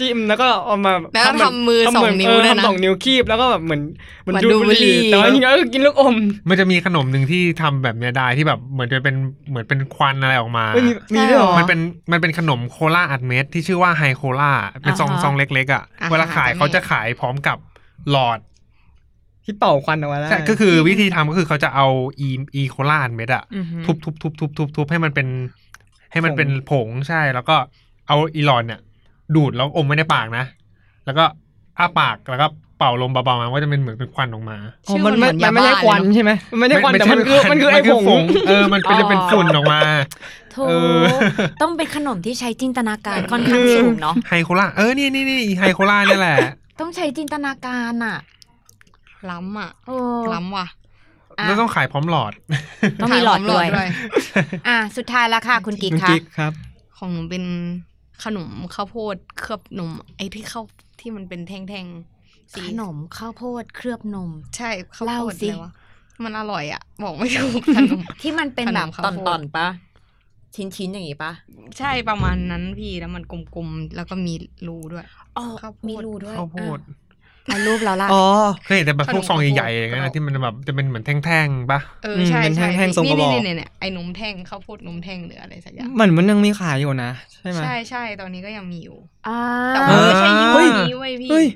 [SPEAKER 6] จิ้มแล้วก็เอามา
[SPEAKER 4] แล้วก็
[SPEAKER 6] เหน
[SPEAKER 4] ทำมือสอง
[SPEAKER 6] เหมื
[SPEAKER 4] นิ้วด้วยนะ
[SPEAKER 6] ทำสองนิ้วคีบแล้วก็แบบเหมือนเหมือน
[SPEAKER 4] เหมือน
[SPEAKER 6] ดูด
[SPEAKER 4] ดูด
[SPEAKER 6] บุหรี่
[SPEAKER 4] บุหรี่
[SPEAKER 6] แต่ว่าจริงๆก็คือกินลูกอม
[SPEAKER 5] มันจะมีขนมหนึ่งที่ทำแบบเนี้ยได้ที่แบบเหมือนจะเป็นเหมือนเป็นควันอะไรออกมา
[SPEAKER 6] เอ้ยมีมีด้วยเหรอ
[SPEAKER 5] มันเป็นมันเป็นขนมโคลาอัดเม็ดที่ชื่อว่าไฮโคลาเป็นซอง
[SPEAKER 3] อ่าฮะ
[SPEAKER 5] ซองเล็ก ๆ อ่ะ
[SPEAKER 4] อ่าฮะ
[SPEAKER 5] เวลาขาย
[SPEAKER 4] จำได้
[SPEAKER 5] เขาจะขายพร้อมกับหลอด
[SPEAKER 6] ที่เป่าควันออกมาได้
[SPEAKER 5] ใช่ก็คือวิธีทำก็คือเขาจะเอาอีอีโคลาอัดเม็ดอ่ะ
[SPEAKER 3] อือหือ
[SPEAKER 5] ทุบทุบทุบทุบทุบทุบให้มันเป็น ให้มันเป็นผงใช่ แล้วก็เอาอีหลอดเนี่ย ดูดแล้วอมไว้ในปากนะ แล้วก็อ้าปากแล้วก็เป่าลมเบาๆมันก็จะเป็นเหมือนเป็นควันออกมา
[SPEAKER 6] อ๋อมันไม่
[SPEAKER 4] ชื่อ
[SPEAKER 6] มันไม่ใช่
[SPEAKER 4] เหอ
[SPEAKER 6] ควัน
[SPEAKER 4] ยาบ้าเลยเอะ
[SPEAKER 6] ใช่ไหมมันไม่ใช่ควันแต่มันคือมันคือไอ้ผง
[SPEAKER 5] เออมันเป็นจะเป็นฝุ่นออกมา
[SPEAKER 3] ถูก
[SPEAKER 5] เออ
[SPEAKER 3] ต้องเป็นขนมที่ใช้จินตนาการค่อนข้างสูงเนาะ
[SPEAKER 5] ไฮโคลาเออนี่นี่นี่ไฮโคลาเนี่ยแหละ
[SPEAKER 3] ต้องใช้จินตนาการอ่ะ
[SPEAKER 4] ล้ำอ่ะ
[SPEAKER 3] โอ้
[SPEAKER 4] ล้ำว่ะ
[SPEAKER 3] อ่ะ
[SPEAKER 5] แล้วต้องขายพร้อมหลอด
[SPEAKER 3] ต้องมีหลอดด้วย
[SPEAKER 4] ขายขง
[SPEAKER 3] อ่ะสุดท้ายแล้วค่ะ คุณกิ๊ก
[SPEAKER 6] คุณ
[SPEAKER 3] ค่ะ
[SPEAKER 6] กิ๊กครับ
[SPEAKER 4] ของหนูเป็นขนมข้าวโพดเคลือบนมไอ้ที่ข้าวที่มันเป็นแท่งๆสี
[SPEAKER 3] ขนมข้าวโพดเคลือบนม
[SPEAKER 4] ใช่ข้าว
[SPEAKER 3] เล่า
[SPEAKER 4] โพด
[SPEAKER 3] สิ
[SPEAKER 4] อะไรวะมันอร่อยอ่ะ บอกไม่ถู กขนม
[SPEAKER 3] ที่มันเป็น
[SPEAKER 4] ขนม
[SPEAKER 3] แบบ
[SPEAKER 4] ข้าว
[SPEAKER 3] ต
[SPEAKER 4] โพด
[SPEAKER 3] อนๆปะชิ้นๆอย่างงี้ปะ
[SPEAKER 4] ใช่ประมาณนั้นพี่แล้วมันกลมๆแล้วก็มีรูด้วย
[SPEAKER 3] อ๋อ
[SPEAKER 4] ข้าวโพด
[SPEAKER 3] มีรูด้วย
[SPEAKER 5] ข้าวโพด
[SPEAKER 3] อ่ะเอารูปแล้วล่ะ
[SPEAKER 6] อ๋อ
[SPEAKER 5] เคยเห็นแต่แบบ
[SPEAKER 4] ขนม
[SPEAKER 5] พวกซองใหญ่ๆอย่างนั้น
[SPEAKER 4] กรอ
[SPEAKER 5] นะ
[SPEAKER 4] บ
[SPEAKER 5] ที่มันแบบจะเป็นเหมือนแท่งๆปะ
[SPEAKER 4] เออ
[SPEAKER 6] ม
[SPEAKER 4] ใช่
[SPEAKER 6] เป็น
[SPEAKER 4] ใช่
[SPEAKER 6] แท่งๆทรงกระบอก
[SPEAKER 4] นี่นี่เนี่ยไอ้นมแท่งข้าวโพดนมแท่งหรืออะไรสักอย่าง
[SPEAKER 6] เหมือนมันยังมีขายอยู่นะ ใช่ไหม
[SPEAKER 4] ใช่ใช่ตอนนี้ก็ยังมีอยู่
[SPEAKER 3] อ่า
[SPEAKER 4] แต่ว่าไม่ใช่ยี่
[SPEAKER 6] เฮ้
[SPEAKER 4] ห้อย นี้เว้ยพี่
[SPEAKER 6] เฮ้ย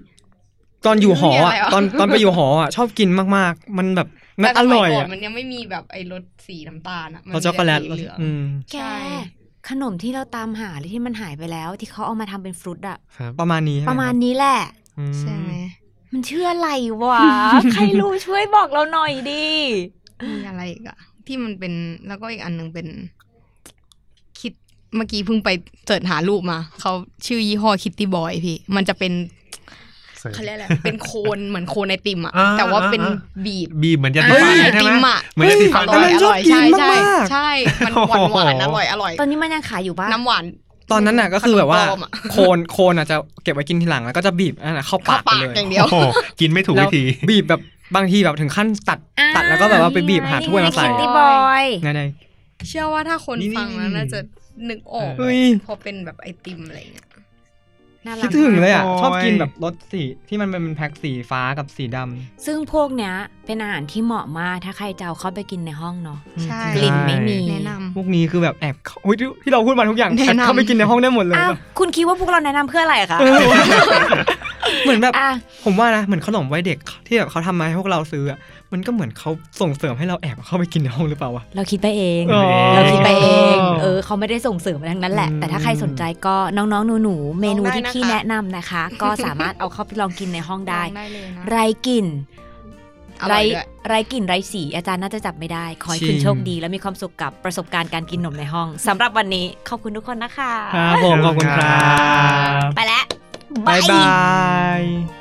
[SPEAKER 6] ตอนอยู่หอ
[SPEAKER 4] ไม่มีอะไร
[SPEAKER 6] อ่ะ
[SPEAKER 4] หรอ
[SPEAKER 6] ตอนตอนไปอยู่หออ่ะ ชอบกินมากๆ มันแบบมัน
[SPEAKER 4] แต่ส
[SPEAKER 6] อ
[SPEAKER 4] มั
[SPEAKER 6] ร่อย
[SPEAKER 4] ก่
[SPEAKER 6] อ่ะ
[SPEAKER 4] นมันยังไม่มีแบบไอ้รสสีน้ำตาลอะมัน
[SPEAKER 6] รสช็อกโกแลต
[SPEAKER 4] มีต่สีเหลือง
[SPEAKER 6] อืม
[SPEAKER 3] แก
[SPEAKER 4] ใช่
[SPEAKER 3] ขนมที่เราตามหาหรือที่มันหายไปแล้ว ที่เขาเอามาทำเป็นฟรุตอะ
[SPEAKER 5] ครับ
[SPEAKER 6] ประมาณนี้ใช่ไห
[SPEAKER 3] ประมาณนี้แหละ
[SPEAKER 5] อืม
[SPEAKER 4] ใช่ไหม
[SPEAKER 3] มันชื่ออะไรว ะ ใครรู้ช่วยบอกเราหน่อยดิ
[SPEAKER 4] มีอะไรอีกอะที่มันเป็นแล้วก็อีกอันหนึ่งเป็น คิดเมื่อกี้เพิ่งไปเสิร์ชหารูปมาเขาชื่อยี่ห้อคิตตี้บอยพี่ มันจะเป็น
[SPEAKER 5] เสริม
[SPEAKER 4] เขาเรียกอะไรเป็นโคนเหมือนโคนไอติมอะ
[SPEAKER 5] อ่า
[SPEAKER 4] แต่ว่าเป็น
[SPEAKER 5] อ่า
[SPEAKER 4] บีบ
[SPEAKER 5] บีบเหมือนยา
[SPEAKER 4] อ่า
[SPEAKER 5] สีฟัน
[SPEAKER 4] ไอ
[SPEAKER 5] ใช่ไหมเหมือน
[SPEAKER 4] ติมอะ
[SPEAKER 5] ยาสีฟัน
[SPEAKER 6] ตอนนั้นชอบกิน
[SPEAKER 4] ใช่
[SPEAKER 6] ม
[SPEAKER 4] ใช่
[SPEAKER 6] าก
[SPEAKER 4] ใช่ มันหวานหวานๆอร่อยอร่อย
[SPEAKER 3] ตอนนี้มันยังขายอยู่ปะ
[SPEAKER 4] น้ำหวาน
[SPEAKER 6] ๆตอนนั้นน่ะก็คือแบบว่า
[SPEAKER 4] ขนมปลอมอะ
[SPEAKER 6] โคนโคนอ่ะจะเก็บไว้กินทีหลังแล้วก็จะบีบอันน่ะเข้า
[SPEAKER 4] เข้า
[SPEAKER 6] ปากไป
[SPEAKER 4] ปาก
[SPEAKER 6] เลย
[SPEAKER 4] อย่างเดียว
[SPEAKER 5] โอ้โหกินไม่ถูก
[SPEAKER 6] แล้
[SPEAKER 5] วิ
[SPEAKER 6] ว
[SPEAKER 5] ธี
[SPEAKER 6] บีบแบบบางทีแบบถึงขั้นตัด
[SPEAKER 3] อ่
[SPEAKER 6] ตัดแล้วก็แบบว่าไปบีบหาถ้วยมาใส่
[SPEAKER 3] คิต
[SPEAKER 4] นี่
[SPEAKER 3] ตี้
[SPEAKER 4] ไง
[SPEAKER 3] บอย
[SPEAKER 6] นั่นเอง
[SPEAKER 4] เชื่อว่าถ้าคน
[SPEAKER 5] นี่
[SPEAKER 4] ฟังแล้วน่าจะนึกออก
[SPEAKER 6] เฮ้ย
[SPEAKER 4] พอเป็นแบบไอติมอะไรอย่างเงี้ย
[SPEAKER 3] น่ารั
[SPEAKER 6] คิ
[SPEAKER 3] ก
[SPEAKER 6] ดถึงเลยอ่ะ
[SPEAKER 5] โอ้ย
[SPEAKER 6] ชอบกินแบบรสสีที่มันเป็นแพ็คสีฟ้ากับสีดำ
[SPEAKER 3] ซึ่งพวกเนี้ย เป็นอาหารที่เหมาะมากถ้าใครจะเอาเข้าไปกินในห้องเนาะ
[SPEAKER 4] ใช่
[SPEAKER 3] กลิ่นไม่มี
[SPEAKER 4] แนะนำ
[SPEAKER 6] พวกนี้คือแบบแอบเข้าอุ๊ยที่ที่เราพูดมาทุกอย่าง
[SPEAKER 4] แนะนำ
[SPEAKER 6] แอบเข้าไปกินในห้องได้หมดเลย
[SPEAKER 3] อ้าว คุณคิดว่าพวกเราแนะนำเพื่ออะไรคะ
[SPEAKER 6] เออเหมือนแบบ
[SPEAKER 3] อ่ะ
[SPEAKER 6] ผมว่านะเหมือนขนมไว้เด็กที่แบบเขาทำมาให้พวกเราซื้ออะมันก็เหมือนเขาส่งเสริมให้เราแอบเข้าไปกินในห้องหรือเปล่าวะ
[SPEAKER 3] เราคิดไปเอง
[SPEAKER 5] เออ
[SPEAKER 3] เราคิดไปเอง เออเขาไม่ได้ส่งเสริมอะไรทั้งนั้นแหละ
[SPEAKER 6] อืม
[SPEAKER 3] แต่ถ้าใครสนใจก็น้องๆ หนูๆ เมนูที่
[SPEAKER 4] ลองได้นะคะ
[SPEAKER 3] พี่แนะนำนะคะ ก็สามารถเอาเข้าไปลองกินในห้องได้
[SPEAKER 4] ลองได้เลยนะ
[SPEAKER 3] ไรกลิ่น
[SPEAKER 4] อ
[SPEAKER 3] ไร
[SPEAKER 4] ร่อยด้วย
[SPEAKER 3] ไรกลิ่นไรสี อาจารย์น่าจะจับไม่ได้ ขอให้คุณโชคดี และมีความสุขกับประสบการณ์การกินนมในห้องสำหรับวันนี้ขอบคุณทุกคนนะคะ
[SPEAKER 6] ครับผมขอบคุณครับ
[SPEAKER 3] ไปแล้ว
[SPEAKER 6] บ๊ายบาย